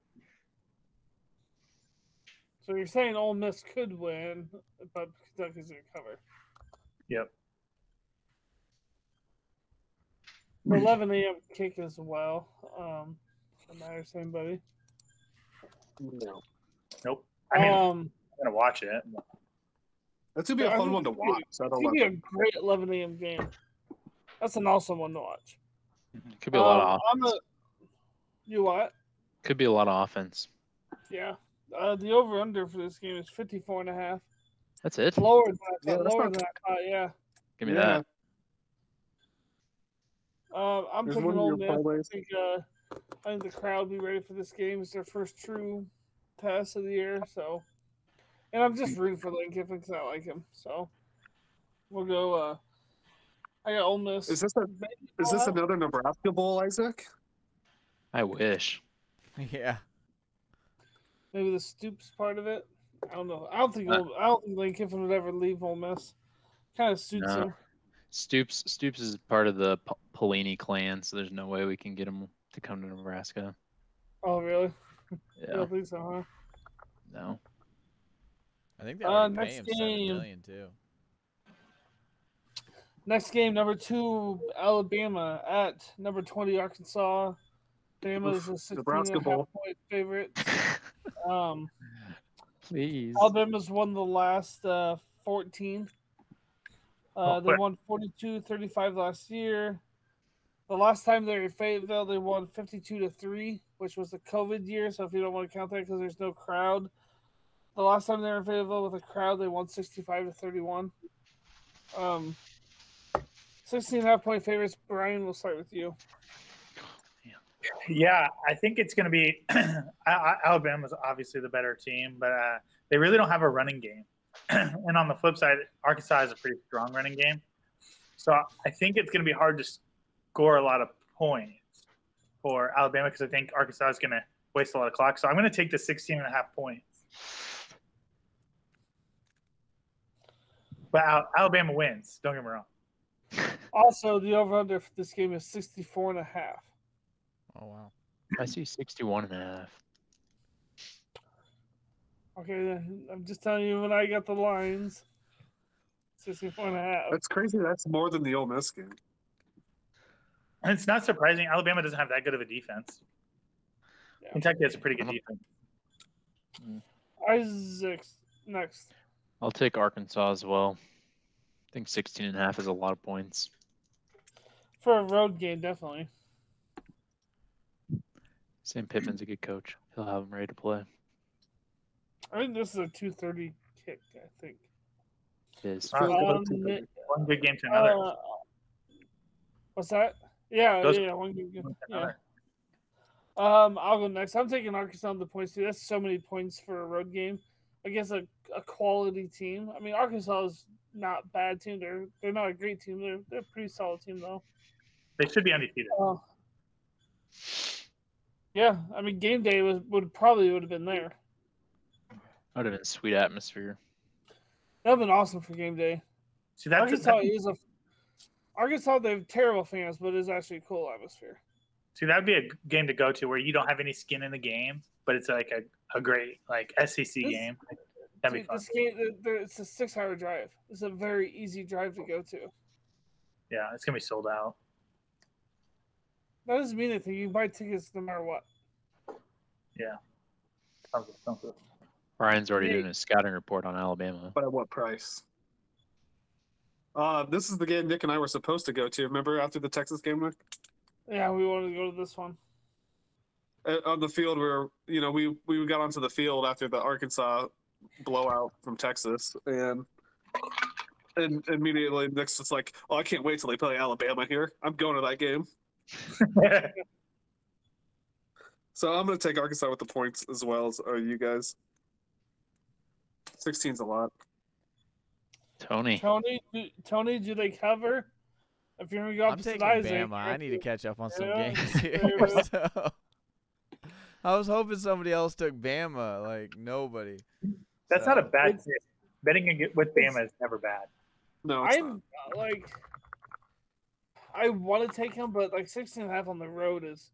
S5: So you're saying Ole Miss could win, but Kentucky's gonna cover.
S4: Yep.
S5: For 11 a.m. kick as well. Um, doesn't matter to anybody.
S6: No,
S4: Nope. I mean,
S5: um,
S4: I'm going to watch it.
S6: that's gonna be
S5: Yeah,
S6: a
S5: I
S6: fun
S5: think
S6: one to
S5: it's gonna
S6: watch.
S5: be-
S6: I
S5: it's
S6: don't
S5: gonna
S6: like
S5: be a great 11 a.m. game. That's an awesome one to watch.
S8: Could be a
S6: Oh.
S8: lot of
S5: Um,
S8: off-
S5: I'm a- you what?
S8: could be a lot of offense.
S5: Yeah. Uh, the over under for this game is 54 and a half.
S8: That's it.
S5: It's lower than I
S6: Yeah,
S5: thought.
S6: that's
S5: lower
S6: not-
S5: than I thought, yeah.
S8: Give me
S6: Yeah.
S8: that.
S5: Um, I'm
S6: There's
S5: taking
S6: one of
S5: Ole
S6: your
S5: Miss. I
S6: parlays.
S5: think, uh, I think the crowd will be ready for this game. It's their first true test of the year. So, and I'm just rooting for Lane Kiffin because I like him. So, we'll go. Uh, I got Ole Miss.
S6: Is this a? Is this
S5: Ohio-
S6: another Nebraska Bowl, Isaac?
S8: I wish.
S1: [LAUGHS] yeah.
S5: Maybe the Stoops part of it. I don't know. I don't think
S8: Uh,
S5: Ole, I don't think Lane Kiffin would ever leave Ole Miss. Kind of suits
S8: No.
S5: him.
S8: Stoops Stoops is part of the P- Pelini clan, so there's no way we can get him to come to Nebraska.
S5: Oh, really? I
S8: Yeah,
S5: don't think so,
S8: [LAUGHS] no.
S1: I think they
S5: Uh,
S1: already pay
S5: next
S1: him seven
S5: game.
S1: million too.
S5: huh? Next game, number two, Alabama at number twenty, Arkansas. Bama is a sixteen and
S6: Nebraska
S5: a half
S6: Bowl.
S5: point favorite. Um,
S8: Please.
S5: Alabama's won the last uh, 14. Uh,
S4: Oh,
S5: they
S4: wait.
S5: won 42 35 last year. The last time they were in Fayetteville, they won 52 to 3, which was the COVID year. So if you don't want to count that because there's no crowd, the last time they were in Fayetteville with a crowd, they won 65 to 31. Um, 16 and a half point favorites. Brian, we'll start with you.
S4: Yeah, I think it's going to be [CLEARS THROAT] I- I- Alabama's obviously the better team, but uh, they really don't have a running game. [CLEARS THROAT] and on the flip side, Arkansas has a pretty strong running game. So I think it's going to be hard to score a lot of points for Alabama because I think Arkansas is going to waste a lot of clock. So I'm going to take the 16 and a half points. But Al- Alabama wins. Don't get me wrong.
S5: Also, the over under for this game is 64 and a half.
S1: Oh wow.
S8: I see 61 and a half.
S5: Okay, then, I'm just telling you when I got the lines 64 and a half.
S6: That's crazy. That's more than the Ole Miss game.
S4: And it's not surprising. Alabama doesn't have that good of a defense.
S5: Yeah.
S4: Kentucky has a pretty good defense.
S5: Isaac's next.
S8: I'll take Arkansas as well. I think 16 and a half is a lot of points.
S5: For a road game, definitely.
S8: Sam Pittman's a good coach. He'll have them ready to play.
S5: I think this is a 230 kick, I think.
S8: It is.
S4: Wow. Feels
S5: Um,
S4: One good game to another.
S5: uh, what's that? Yeah,
S4: Those-
S5: yeah, one good game.
S4: One to
S5: Yeah.
S4: another.
S5: Um, I'll go next. I'm taking Arkansas on the points too. That's so many points for a road game against a, a quality team. I mean, Arkansas is not a bad team. They're they're not a great team. They're they're a pretty solid team though.
S4: They should be undefeated.
S5: Uh, yeah, I mean, game day was would probably would have been there.
S8: That would have been a sweet atmosphere.
S5: That'd have been awesome for game day.
S4: See, that's
S5: Arkansas is a Arkansas. They have terrible fans, but it's actually a cool atmosphere.
S4: see that'd be a game to go to where you don't have any skin in the game, but it's like a, a great like SEC
S5: This-
S4: game. That'd be
S5: Dude,
S4: fun.
S5: This game, th- there- it's a six-hour drive. It's a very easy drive to go to.
S4: Yeah, it's gonna be sold out.
S5: That doesn't mean anything. You can buy tickets no matter what.
S4: Sounds good, sounds good.
S8: Brian's already
S5: Hey.
S8: doing a scouting report on Alabama.
S6: By what price? Uh, this is the game Nick and I were supposed to go to. Remember after the Texas game, Nick?
S5: Yeah, we wanted to go to this one.
S6: Uh, on the field where you know we we got onto the field after the Arkansas blowout from Texas, and and immediately Nick's just like, "Oh, I can't wait till they play Alabama here. I'm going to that game." So I'm going to take Arkansas with the points as well as uh, you guys. 16's a lot.
S8: Tony.
S5: Tony, do, Tony, do they cover? If you're gonna go
S1: I'm
S5: opposite
S1: taking
S5: Isaac,
S1: Bama. I
S5: you're-
S1: need to catch up on some
S5: Yeah,
S1: games
S5: there [LAUGHS]
S1: here. [LAUGHS]
S5: we go.
S1: so- I was hoping somebody else took Bama. Like nobody.
S4: [LAUGHS] That's
S1: So-
S4: not a bad game. betting ag- with Bama is never bad.
S6: No, it's not.
S5: I'm uh, like, I want to take him, but like 16 and a half on the road is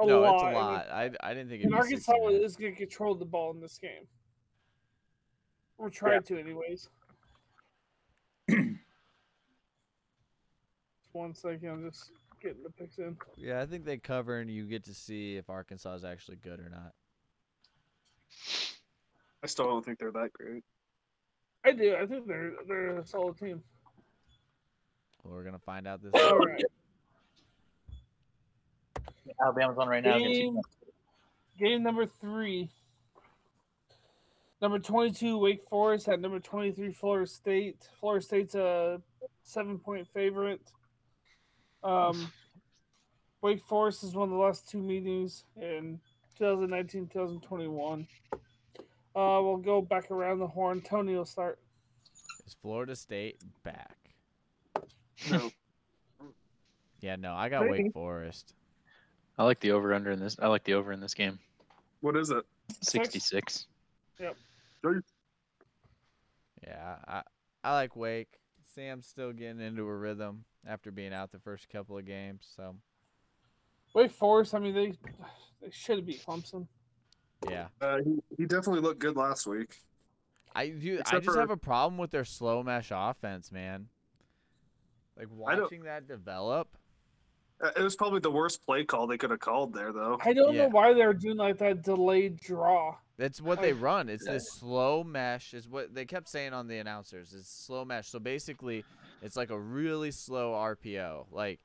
S5: a
S1: no,
S5: lot.
S1: it's a
S5: and-
S1: lot. I, I didn't think it
S5: And
S1: was.
S5: Arkansas is going to control the ball in this game, or try
S4: Yeah.
S5: to, anyways. One second, I'm just getting the picks in.
S1: Yeah, I think they cover, and you get to see if Arkansas is actually good or not.
S6: I still don't think they're that great.
S5: I do. I think they're they're a solid team.
S1: Well, we're gonna find out this.
S5: All right,
S4: Alabama's on right now. against-
S5: game, game number three. Number twenty-two, Wake Forest at number twenty-three, Florida State. Florida State's a seven-point favorite. Um, Wake Forest has won the last two meetings in 2019, 2021. Uh, we'll go back around the horn. Tony will start.
S1: Is Florida State back?
S6: No.
S1: Yeah, no, I got Wake Forest.
S8: I like the over under in this. I like the over in this game.
S6: what is it?
S8: 66.
S1: Yeah, I I like Wake. Sam's still getting into a rhythm after being out the first couple of games. So
S5: Wake Forest. I mean, they they should beat Clemson.
S1: yeah,
S6: Uh, he, he definitely looked good last week.
S1: I do. I
S6: Except
S1: just
S6: for-
S1: have a problem with their slow mesh offense, man. Like
S6: don't-
S1: watching that develop.
S6: Uh, It was probably the worst play call they could have called there, though.
S5: I don't
S1: Yeah.
S5: know why they're doing like that delayed draw.
S1: That's what
S5: I-
S1: they run. It's this slow mesh is what they kept saying on the announcers. It's slow mesh. So basically, it's like a really slow RPO. Like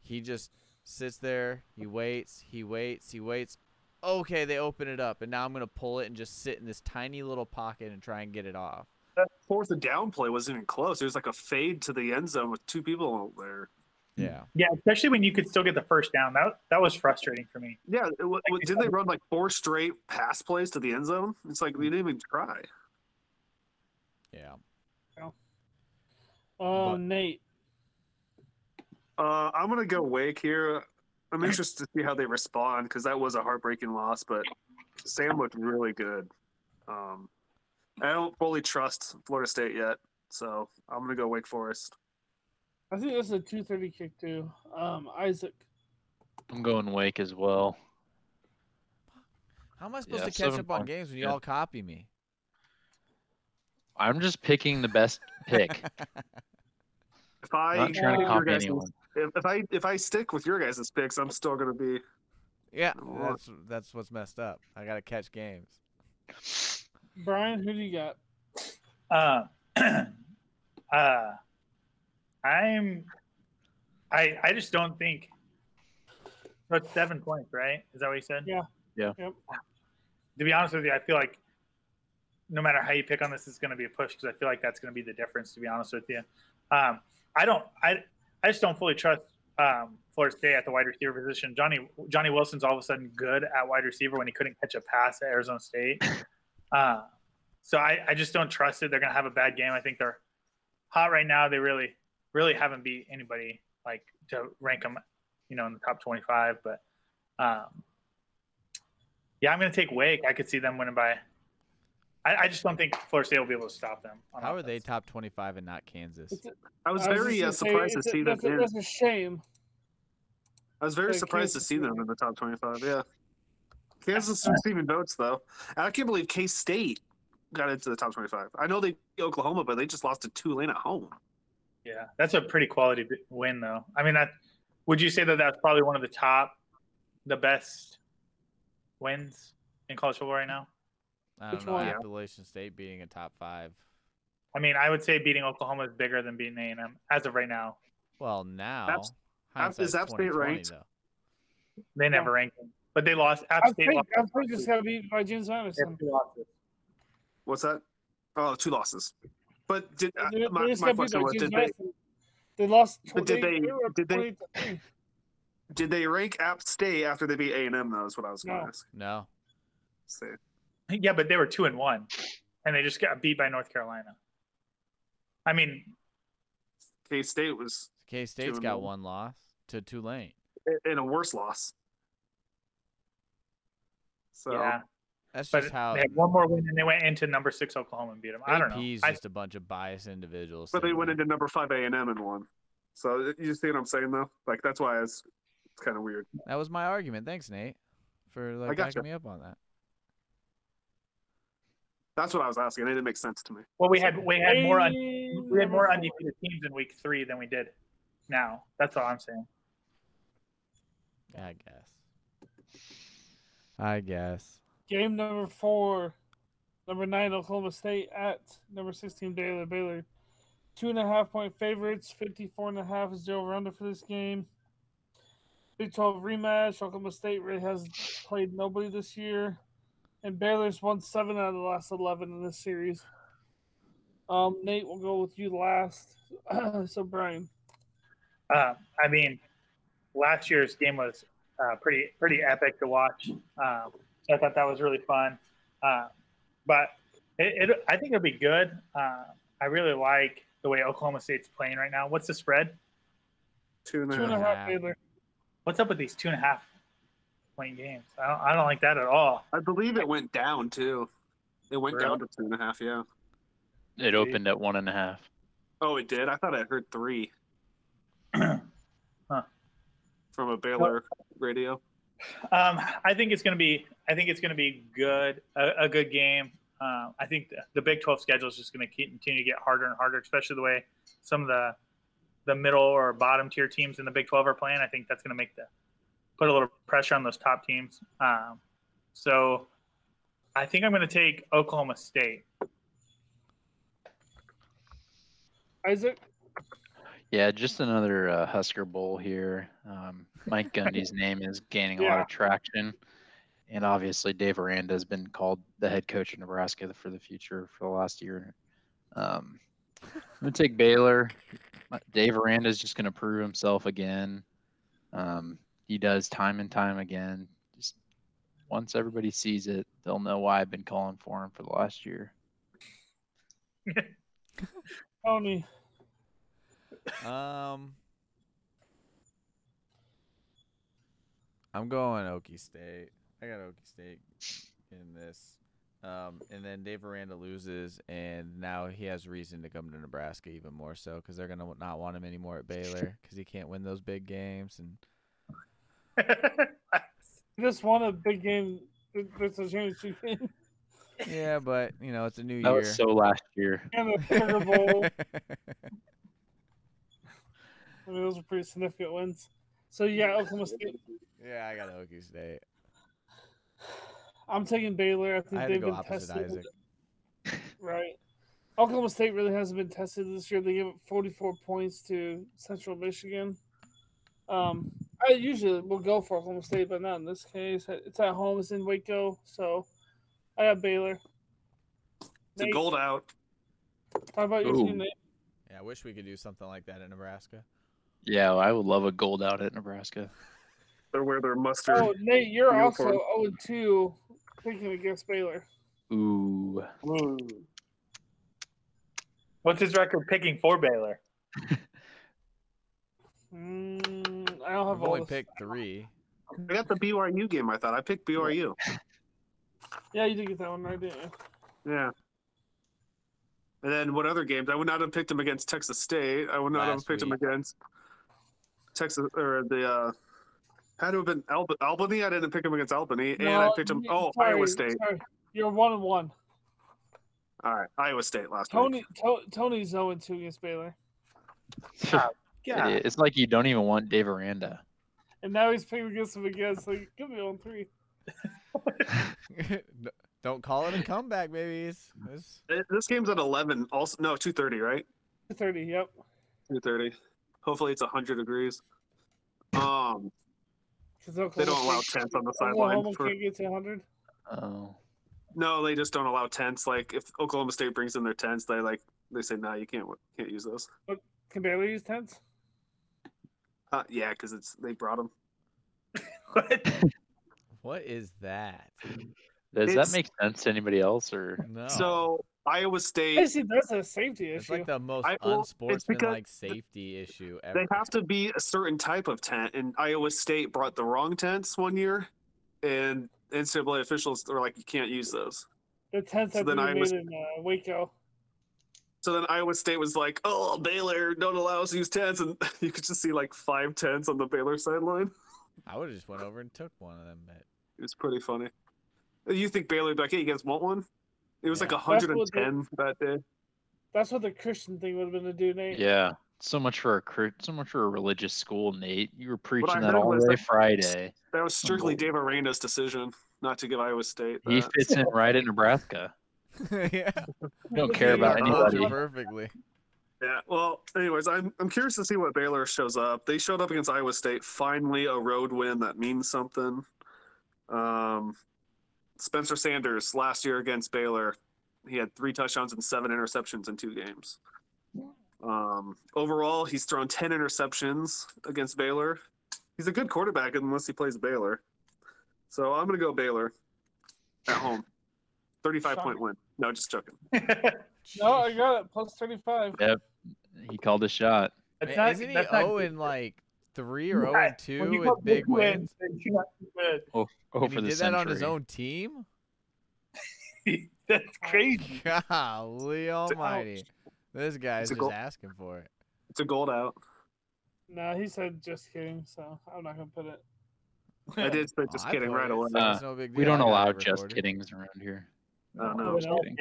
S1: he just sits there, he waits, he waits, he waits. Okay, they open it up, and now I'm gonna pull it and just sit in this tiny little pocket and try and get it off.
S6: That fourth and down play wasn't even close. It was like a fade to the end zone with two people out there.
S5: Hmm.
S1: Yeah.
S4: Yeah, especially when you could still get the first down. That that was frustrating for me.
S6: Yeah, it wa- wa- didn't they run like four straight pass plays to the end zone? It's like we didn't even try.
S1: Yeah.
S5: Oh,
S1: But-
S5: Nate.
S6: Uh, I'm gonna go Wake here. I'm interested to see how they respond because that was a heartbreaking loss, but Sam looked really good. Um, I don't fully trust Florida State yet, so I'm gonna go Wake Forest.
S5: I think this is a 230 kick, too. Um, Isaac.
S8: I'm going Wake as well.
S1: How am I supposed
S8: Yeah,
S1: to catch
S8: seven
S1: up on
S8: points.
S1: games when
S8: Yeah.
S1: y'all copy me?
S8: I'm just picking the best pick.
S6: If I
S8: I'm not trying to
S6: your
S8: copy
S6: guys'
S8: anyone.
S6: if, if I if I stick with your guys' picks, I'm still gonna be
S1: Yeah,
S6: Well,
S1: that's that's what's messed up. I gotta catch games.
S5: Brian, who do you got?
S4: Uh, [CLEARS THROAT] uh, I'm, I I just don't think. That's seven points, right? Is that what you said?
S5: Yeah.
S8: Yeah.
S5: Yep.
S4: To be honest with you, I feel like no matter how you pick on this, it's going to be a push because I feel like that's going to be the difference. To be honest with you, um, I don't. I I just don't fully trust um, Florida State at the wide receiver position. Johnny Johnny Wilson's all of a sudden good at wide receiver when he couldn't catch a pass at Arizona State. Uh, so I, I just don't trust it. They're gonna have a bad game. I think they're hot right now. They really, really haven't beat anybody like to rank them, you know, in the top twenty-five. But um, yeah, I'm gonna take Wake. I could see them winning by. I, I just don't think Florida State will be able to stop them. on
S1: How are they
S4: offense.
S1: top twenty-five and not Kansas?
S5: It's-
S6: I was
S5: I was
S6: very uh,
S5: just gonna say,
S6: surprised to
S5: it's a-
S6: see them
S5: that's a-
S6: in.
S5: That's a shame.
S6: I was very
S5: Yeah,
S6: surprised
S5: Kansas
S6: to see them
S5: City.
S6: in the top 25. Yeah. Kansas is receiving votes, though. And I can't believe K State got into the top 25. I know they beat Oklahoma, but they just lost to Tulane at home.
S4: Yeah, that's a pretty quality b- win, though. I mean, that would you say that that's probably one of the top, the best wins in college football right now?
S1: I don't
S5: Which
S1: know.
S5: one?
S1: Appalachian State beating a top five.
S4: I mean, I would say beating Oklahoma is bigger than beating A&M as of right now.
S1: Well, now
S6: App- is
S1: hindsight's
S6: App State
S1: 20/20,
S6: ranked?
S1: Though.
S4: They never ranked them, but they lost. App
S5: I
S4: State
S5: think
S4: lost.
S5: I think it's got to be by James
S4: They have
S5: Madison.
S4: two losses.
S6: What's that? Oh, two losses. But did uh,
S5: They- they
S6: my,
S5: just
S6: my
S5: gotta beat
S6: question
S5: by
S6: was
S5: James
S6: did they
S5: Madison. They lost. tw-
S6: But did they-
S5: were
S6: did they-
S5: 20 to three.
S6: did they rank App State after they beat A and M? Though is what I was going to
S5: No.
S6: ask.
S1: No.
S6: See.
S4: Yeah, but they were two and one, and they just got beat by North Carolina. I mean,
S6: K State was
S1: K State's
S6: and
S1: got
S6: one.
S1: one loss to Tulane.
S6: i- in a worse loss. So
S4: yeah,
S1: That's
S4: but
S1: just how
S4: they had one more win, and they went into number six Oklahoma and beat them. I don't know.
S1: AP's
S4: I-
S1: just a bunch of biased individuals.
S6: But they
S1: saying
S6: went
S1: that.
S6: into number five A and M and won. So you see what I'm saying though? Like that's why it's, it's kind of weird.
S1: That was my argument. Thanks, Nate, for like
S6: gotcha.
S1: backing me up on that.
S6: That's what I was asking. It didn't make sense to me.
S4: well, we had we had more un-
S5: Game
S4: we had more
S5: number four.
S4: undefeated teams in week three than we did now. That's all I'm saying.
S1: I guess. I guess.
S5: Game number four, number nine Oklahoma State at number sixteen Baylor. Baylor, two and a half point favorites. Fifty-four and a half is the over/under for this game. Big Twelve rematch. Oklahoma State really has played nobody this year, and Baylor's won seven out of the last eleven in this series. Um, Nate, we'll go with you last. [CLEARS THROAT] so Brian,
S4: Uh, I mean, last year's game was uh, pretty pretty epic to watch. Um, so I thought that was really fun. Uh, but it, it, I think it'll be good. Uh, I really like the way Oklahoma State's playing right now. What's the spread?
S6: Two and a
S5: two and a
S6: half.
S5: half Baylor.
S4: What's up with these two and a half point games? I don't, I don't like that at all.
S6: I believe it went down too. It went
S4: Really?
S6: down to two and a half. Yeah.
S8: It opened at one and a half.
S6: Oh, it did. I thought I heard three. [CLEARS THROAT]
S4: Huh.
S6: From a Baylor radio.
S4: Um, I think it's going to be. I think it's going to be good. A, a good game. Um, I think the, the Big 12 schedule is just going to continue to get harder and harder, especially the way some of the the middle or bottom tier teams in the Big 12 are playing. I think that's going to make the put a little pressure on those top teams. Um, so I think I'm going to take Oklahoma State. [LAUGHS]
S5: Isaac,
S8: Yeah, just another uh, Husker Bowl here. Um,
S1: [LAUGHS]
S8: Mike Gundy's name is gaining a lot
S4: Yeah.
S8: of traction, and obviously Dave Aranda has been called the head coach of Nebraska for the future for the last year. Um, I'm gonna take Baylor. Dave Aranda's just gonna prove himself again. Um, he does time and time again. Just once everybody sees it, they'll know why I've been calling for him for the last year.
S5: Tony.
S1: Um, I'm going Okie State. I got Okie State in this. Um, and then Dave Aranda loses, and now he has reason to come to Nebraska even more so because they're gonna not want him anymore at Baylor because he can't win those big games. And
S5: He just won a big game. There's a championship game
S1: yeah, but you know it's a new
S8: That
S1: year. [LAUGHS]
S8: was so last year.
S5: and the Sugar Bowl. I mean, those are pretty significant wins. So yeah, Oklahoma State.
S1: yeah, I got Okie State.
S5: I'm taking Baylor. I think
S1: I had to
S5: they've
S1: go
S5: been
S1: opposite
S5: tested.
S1: Isaac.
S5: Right. Oklahoma State really hasn't been tested this year. They gave up 44 points to Central Michigan. Um, I usually will go for Oklahoma State, but not in this case. It's at home. It's in Waco, so I got Baylor.
S6: The
S5: Nate,
S6: gold out.
S5: Talk about your
S8: Ooh.
S5: team, Nate.
S1: Yeah, I wish we could do something like that in Nebraska.
S8: Yeah, I would love a gold out at Nebraska.
S6: They're where they're mustard.
S5: Oh, Nate, you're also
S6: Unicorn.
S5: 0 2 picking against Baylor.
S8: Ooh.
S4: What's his record picking for Baylor? [LAUGHS]
S5: Mm, I don't have
S1: I've
S5: all
S1: only
S5: this.
S1: picked three.
S6: I got the BYU game. I thought I picked BYU.
S5: Yeah, you did get that one right, didn't you?
S6: Yeah. And then what other games? I would not have picked him against Texas State. I would not
S1: Last
S6: have picked
S1: week.
S6: him against Texas or the uh had to have been Alb- Albany. I didn't pick him against Albany, and I
S5: No,
S6: picked him.
S5: you-
S6: Oh,
S5: sorry,
S6: Iowa State.
S5: sorry. You're 1 and 1.
S6: All right, Iowa State last week.
S5: Tony, to, Tony's 0 and 2 against Baylor.
S8: [LAUGHS] Idiot. It's like you don't even want Dave Aranda.
S5: And now he's playing against him again, so he could be on three.
S1: [LAUGHS] No- Don't call it a comeback, babies. It's-
S6: Th- This game's at eleven. Also, no, two thirty, right?
S5: 30, yep.
S6: Two thirty. Hopefully, it's hundred degrees. Um,
S5: Because
S6: they don't allow
S5: [LAUGHS]
S6: tents on the sideline. For,
S5: can't get to 100.
S8: Oh.
S6: no, they just don't allow tents. Like if Oklahoma State brings in their tents, they like they say, no, you can't can't use those.
S5: Can Baylor use tents?
S6: Uh, yeah, because it's they brought them.
S1: What is that?
S8: Does
S6: It's-
S8: that make sense to anybody else or
S1: No.
S6: So Iowa State,
S5: Basically, that's a safety
S1: it's
S5: issue.
S1: like the most
S6: I- well, it's
S1: unsportsmanlike
S6: because
S1: safety issue ever.
S6: they have to be a certain type of tent, and Iowa State brought the wrong tents one year, and NCAA officials were like, you can't use those.
S5: The tents
S6: so
S5: that
S6: then
S5: they
S6: I was-
S5: made in uh, Waco.
S6: So then Iowa State was like, oh, Baylor don't allow us to use tents, and [LAUGHS] you could just see like five tents on the Baylor sideline.
S1: I would have just went over and took one of them. But
S6: It was pretty funny. You think Baylor like, hey, you guys want one? It was like
S1: Yeah.
S5: That's what they-
S6: 110 that day.
S5: That's what the Christian thing would have been to do, Nate.
S8: Yeah. So much for a cri- so much for a religious school, Nate. You were preaching that
S6: heard
S8: all
S6: was
S8: day
S6: that-
S8: Friday.
S6: That was strictly Dave Aranda's decision not to give Iowa State.
S8: He
S5: uh,
S6: that.
S8: fits in right at Nebraska.
S1: [LAUGHS] yeah,
S8: I don't care about
S1: you answered
S8: anybody.
S1: perfectly.
S6: Yeah. Well, anyways, I'm I'm curious to see what Baylor shows up. They showed up against Iowa State. Finally, a road win that means something. Um, Spencer Sanders last year against Baylor, he had three touchdowns and seven interceptions in two games. Um, overall, he's thrown ten interceptions against Baylor. He's a good quarterback unless he plays Baylor. So I'm gonna go Baylor at home. Thirty-five point win. No, just joking.
S5: No, I got it. Plus 35.
S8: He called a shot.
S4: That's
S1: Man,
S4: not-
S1: isn't he
S4: that's not
S1: zero
S4: good.
S1: and like three or
S4: Yeah,
S1: zero and
S4: When
S1: two
S4: you
S1: with
S4: got
S1: big
S4: big
S1: wins?
S4: wins, you're not good. [LAUGHS]
S8: Oh,
S1: and
S8: for
S1: he
S8: the
S1: did that
S8: century.
S1: on his own team. [LAUGHS]
S4: That's crazy.
S1: Golly Almighty, this guy's
S6: It's a
S1: just
S6: goal.
S1: asking for it.
S6: It's a gold out.
S5: No, he said just kidding, so I'm not going to put it.
S6: I did say just
S1: Oh, I
S6: kidding
S1: put
S6: right
S1: it,
S6: away.
S1: so it's no big
S8: Uh, We
S1: deal. I
S8: don't
S1: got
S8: allow
S1: it
S8: just
S1: recorded.
S8: kiddings around here.
S6: I don't know.
S8: Just
S5: Well,
S8: kidding.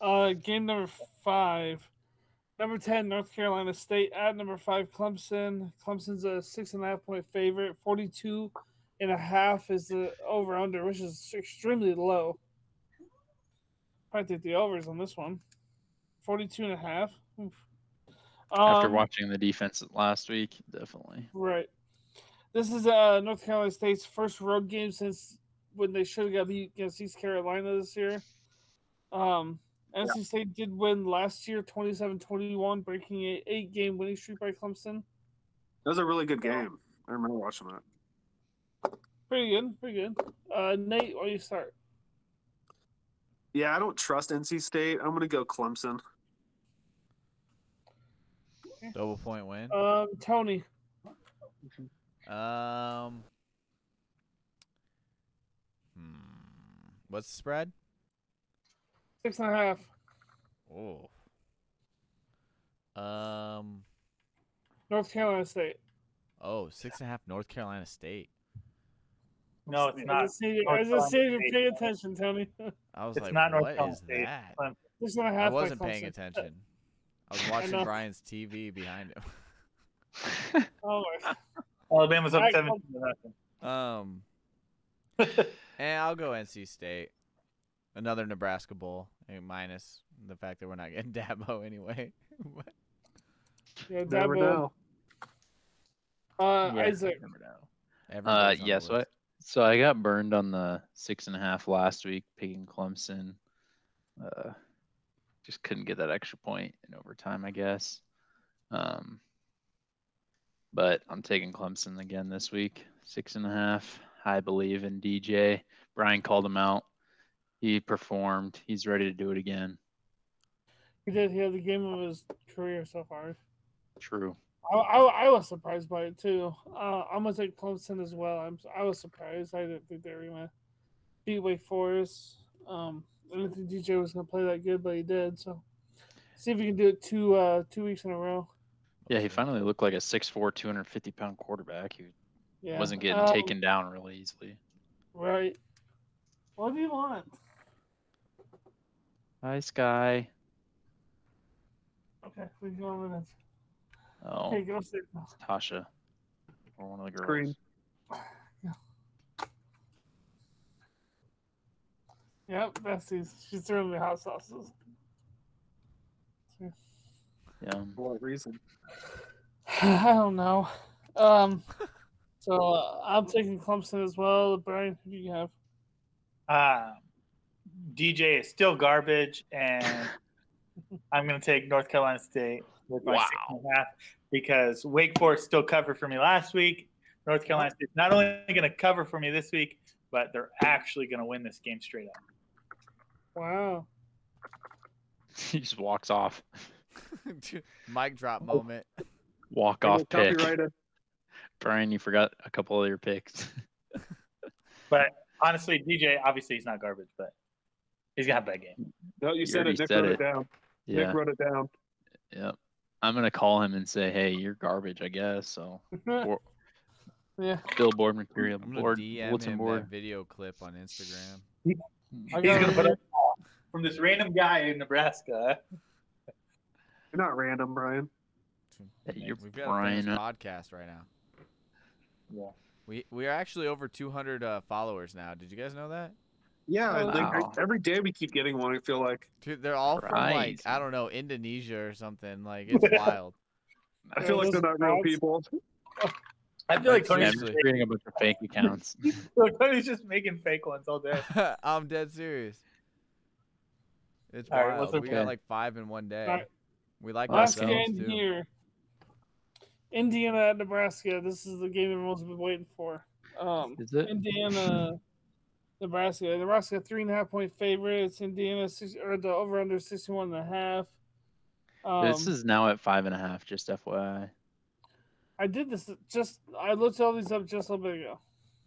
S5: Uh, game number five. Number ten, North Carolina State at number five, Clemson. Clemson's a six and a half point favorite. Forty-two and a half is the over under, which is extremely low. I think the overs on this one. Forty-two and a half. Oof.
S8: After
S5: Um,
S8: watching the defense last week, definitely.
S5: Right. This is uh, North Carolina State's first road game since when they should have got beat against East Carolina this year. Um, NC State did win last year 27 21, breaking a eight game winning streak by Clemson.
S6: That was a really good game. I remember watching that.
S5: Pretty good, pretty good. Uh, Nate, why do you start?
S6: Yeah, I don't trust NC State. I'm gonna go Clemson.
S1: Double point win.
S5: Um, Tony,
S1: Um. Hmm. What's the spread?
S5: six and a half.
S1: Oh. Um.
S5: North Carolina State.
S1: Oh, six and a half. North Carolina State.
S4: No, it's
S5: I
S4: not.
S5: just need,
S4: North
S5: I just need you
S4: Carolina
S5: to
S4: State.
S5: pay attention, Tony. [LAUGHS]
S1: I was
S4: It's
S1: like,
S4: not North
S1: what
S4: Carolina
S1: is
S4: State.
S1: that?
S4: Clemson.
S5: Six and a
S1: I
S5: half. by
S1: wasn't paying
S5: Clemson.
S1: attention. I was
S4: [LAUGHS]
S1: watching
S5: know.
S1: Brian's TV behind him.
S5: Oh, my.
S4: Alabama's up
S5: I-
S4: 17 to nothing. [LAUGHS]
S1: um. And I'll go NC State. Another Nebraska Bowl, eh, minus the fact that we're not getting [LAUGHS] Dabo anyway. [LAUGHS] But-
S5: Yeah,
S6: [LAUGHS] Never
S5: Dabo.
S6: know.
S5: Uh,
S8: Yeah,
S5: Isaac,
S8: never know.
S1: everybody's on the
S8: Uh, yes, what?
S1: list.
S8: So I got burned on the six and a half last week picking Clemson. Uh, just couldn't get that extra point in overtime, I guess. Um, but I'm taking Clemson again this week, six and a half. I believe in DJ. Brian called him out. He performed. He's ready to do it again.
S5: he did. He had the game of his career so far.
S8: True.
S5: I, I, I was surprised by it too. Uh, I'm gonna take Clemson as well. I'm I was surprised. I didn't think they were gonna beat Wake Forest. Um, I didn't think DJ was gonna play that good, but he did. So see if we can do it two uh, two weeks in a row.
S8: Yeah, he finally looked like a 6'4, 250 pound quarterback. He
S5: Yeah,
S8: wasn't getting
S5: Um,
S8: taken down really easily.
S5: Right. What do you want?
S8: Hi, Sky.
S5: Okay, we can go on minutes.
S8: Oh.
S5: Okay, go sit. now.
S8: Tasha, or one of the girls.
S6: Green.
S5: Yep, besties. She's throwing me hot sauces.
S8: Yeah. [LAUGHS]
S6: For what reason?
S5: [SIGHS] I don't know. Um,
S8: [LAUGHS]
S5: so uh, I'm taking Clemson as well. Brian, who do you have?
S4: Uh, DJ is still garbage, [LAUGHS] and I'm going to take North Carolina State with my six and a half because Wake Forest still covered for me last week. North Carolina State's not only going to cover for me this week, but they're actually going to win this game straight up.
S5: Wow.
S8: he just walks off.
S1: [LAUGHS] Mic drop moment.
S8: Walk
S6: They
S8: off
S6: get
S8: pick.
S6: copyrighted.
S8: Brian, you forgot a couple of your picks. [LAUGHS]
S4: Honestly, DJ, obviously, he's not garbage, but he's going to have a bad game.
S6: No, you
S8: You
S6: said
S8: already
S6: it. Nick
S8: said
S6: wrote it,
S8: it.
S6: down.
S8: yeah.
S6: Nick wrote it down.
S8: Yep. I'm gonna call him and say, "Hey, you're garbage, I guess."
S5: [LAUGHS]
S8: So Or-
S5: yeah.
S8: billboard material,
S1: I'm gonna
S8: board,
S1: DM
S8: bulletin
S1: him that
S8: board.
S1: video clip on Instagram.
S5: I
S4: He's going
S5: got
S4: to put up from this random guy in Nebraska.
S6: You're not random, Brian.
S8: Hey, you're
S1: We've got a famous
S8: Brian.
S1: podcast right now.
S4: Yeah.
S1: We we are actually over 200 uh, followers now. Did you guys know that?
S6: Yeah,
S5: Oh,
S6: like,
S8: wow.
S6: I- every day we keep getting one. I feel like
S1: Dude, they're all from like I
S8: Crazy.
S1: don't know Indonesia or something. Like it's
S4: [LAUGHS]
S1: wild. [LAUGHS]
S6: I feel like
S5: those
S6: they're not real
S5: ads-
S6: people.
S4: I feel like
S1: That's
S8: Yeah,
S4: Tony's,
S8: I'm just creating a bunch of fake
S5: [LAUGHS]
S8: accounts.
S4: [LAUGHS] Tony's just making fake ones all day.
S1: I'm dead serious. It's
S4: All right,
S1: wild.
S4: what's
S1: we
S8: okay.
S1: got like five in one day.
S5: right.
S1: We like
S5: Last
S1: ourselves
S5: game
S1: too.
S5: here. Indiana at Nebraska. This is the game everyone's been waiting for. Um,
S8: Is it?
S5: Indiana, Nebraska. Nebraska three and a half point favorites. Indiana six, or the over under sixty one and a half. Um,
S8: this is now at five and a half. Just FYI.
S5: I did this just. I looked all these up just a little bit ago.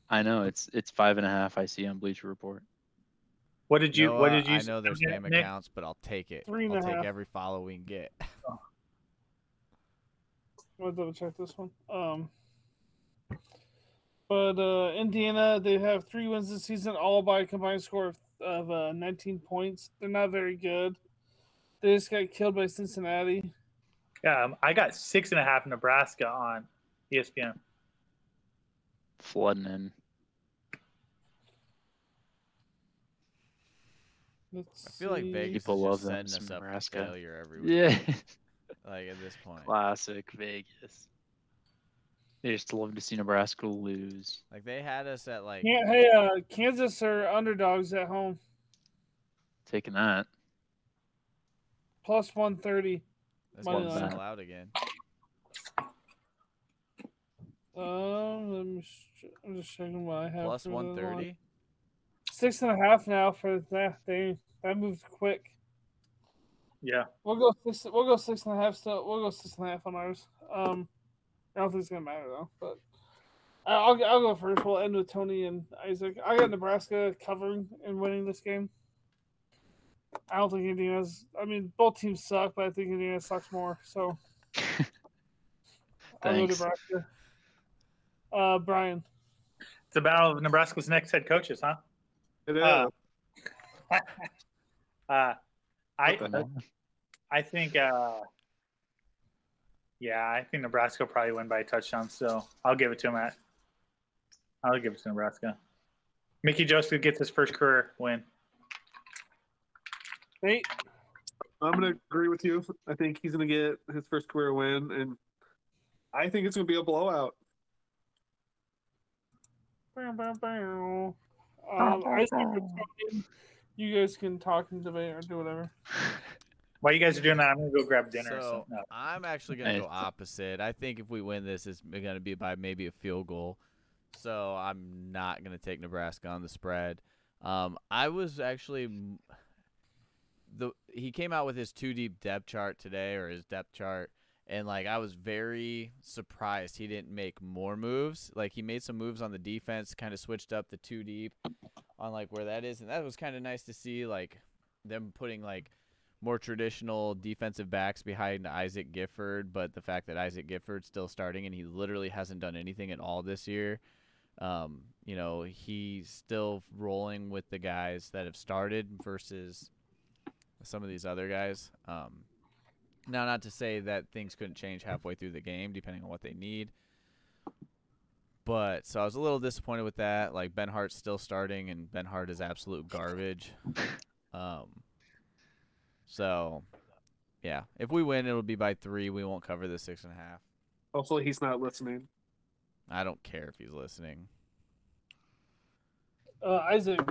S8: I know it's it's five and a half. I see on Bleacher Report.
S4: What did you?
S1: No,
S4: what
S1: uh,
S4: did you?
S1: I know there's
S4: Nick-
S1: spam
S4: Nick,
S1: accounts, but I'll take it.
S5: Three and
S1: I'll
S5: a
S1: take
S5: half.
S1: every follow we can get.
S5: I'm gonna double check this one. Um, but uh, Indiana, they have three wins this season, all by a combined score of, of uh, 19 points. They're not very good. They just got killed by Cincinnati.
S4: Um, I got six and a half Nebraska on E ESPN.
S8: Flooding in.
S5: Let's
S1: I feel like
S5: see.
S1: Vegas
S8: People
S1: is
S8: love
S1: just setting
S8: them some
S1: us up
S8: Nebraska.
S1: for failure every week.
S8: Yeah.
S1: Like at this point,
S8: Classic Vegas. They just love to see Nebraska lose.
S1: like they had us at like
S5: Yeah, hey, uh, Kansas are underdogs at home.
S8: Taking that.
S5: plus one thirty.
S1: That's
S5: Money
S1: gonna
S8: line.
S1: sell out again.
S5: Um, let me. sh- I'm just checking what I have.
S1: Plus
S5: for the line.
S1: one thirty.
S5: Six and a half now for that thing. That moved quick.
S4: Yeah.
S5: We'll go six. We'll go six and a half. Still, we'll go six and a half on ours. Um, I don't think it's gonna matter though. But I- I'll I'll go first. We'll end with Tony and Isaac. I got Nebraska covering and winning this game. I don't think Indiana's. I mean, both teams suck, but I think Indiana sucks more. So I'll go
S8: Thanks.
S5: Nebraska. Uh, Brian.
S4: It's the battle of Nebraska's next head coaches, huh?
S6: It is.
S4: Uh, Uh, I
S6: What
S4: I think. Uh, yeah, I think Nebraska will probably win by a touchdown. So I'll give it to him at. I'll give it to Nebraska. Mickey Joseph gets his first career win.
S5: Nate.
S6: I'm gonna agree with you. I think he's gonna get his first career win, and I think it's gonna be a blowout.
S5: Bow, bow, bow. Um, Isaac or Tony, you guys can talk and debate or do whatever.
S4: While you guys are doing that, I'm gonna go grab dinner. or
S1: So
S4: something. No.
S1: I'm actually gonna
S8: Nice.
S1: go opposite. I think if we win this, it's gonna be by maybe a field goal. So I'm not gonna take Nebraska on the spread. Um, I was actually m- the he came out with his two deep depth chart today or his depth chart, and like I was very surprised he didn't make more moves. Like he made some moves on the defense, kind of switched up the two deep on like where that is, and that was kind of nice to see. Like them putting like more traditional defensive backs behind Isaac Gifford, but the fact that Isaac Gifford's still starting and he literally hasn't done anything at all this year, um, you know, he's still rolling with the guys that have started versus some of these other guys. Um, now, not to say that things couldn't change halfway through the game, depending on what they need. But so I was a little disappointed with that. Like Ben Hart's still starting, and Ben Hart is absolute garbage. Um, so, yeah, if we win, it'll be by three. We won't cover the six and a half.
S6: Hopefully, he's not listening.
S1: I don't care if he's listening.
S5: Uh, Isaac.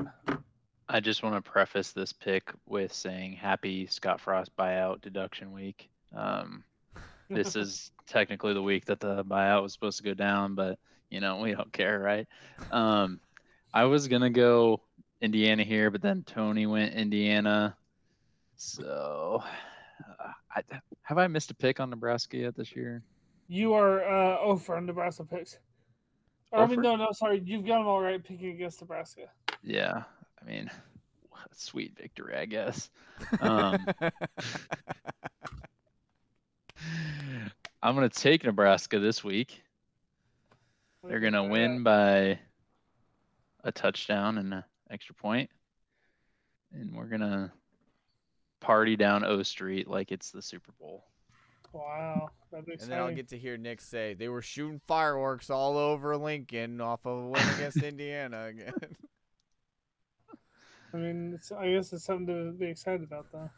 S8: I just want to preface this pick with saying happy Scott Frost buyout deduction week. Um, this is technically the week that the buyout was supposed to go down, but you know we don't care, right? Um, I was gonna go Indiana here, but then Tony went Indiana. So, uh, I, have I missed a pick on Nebraska yet this year?
S5: You are uh, over on Nebraska picks. Or, I mean,
S8: Over?
S5: no, no, sorry. You've got them all right picking against Nebraska.
S8: Yeah, I mean, [LAUGHS] sweet victory, I guess. [LAUGHS] Um, I'm gonna take Nebraska this week. They're gonna win by a touchdown and an extra point, and we're gonna party down O Street like it's the Super Bowl.
S5: Wow. That'd be
S1: and then I'll
S5: exciting.
S1: get to hear Nick say they were shooting fireworks all over Lincoln off of a win against Indiana again.
S5: I mean, it's, I guess it's something to be excited about, though.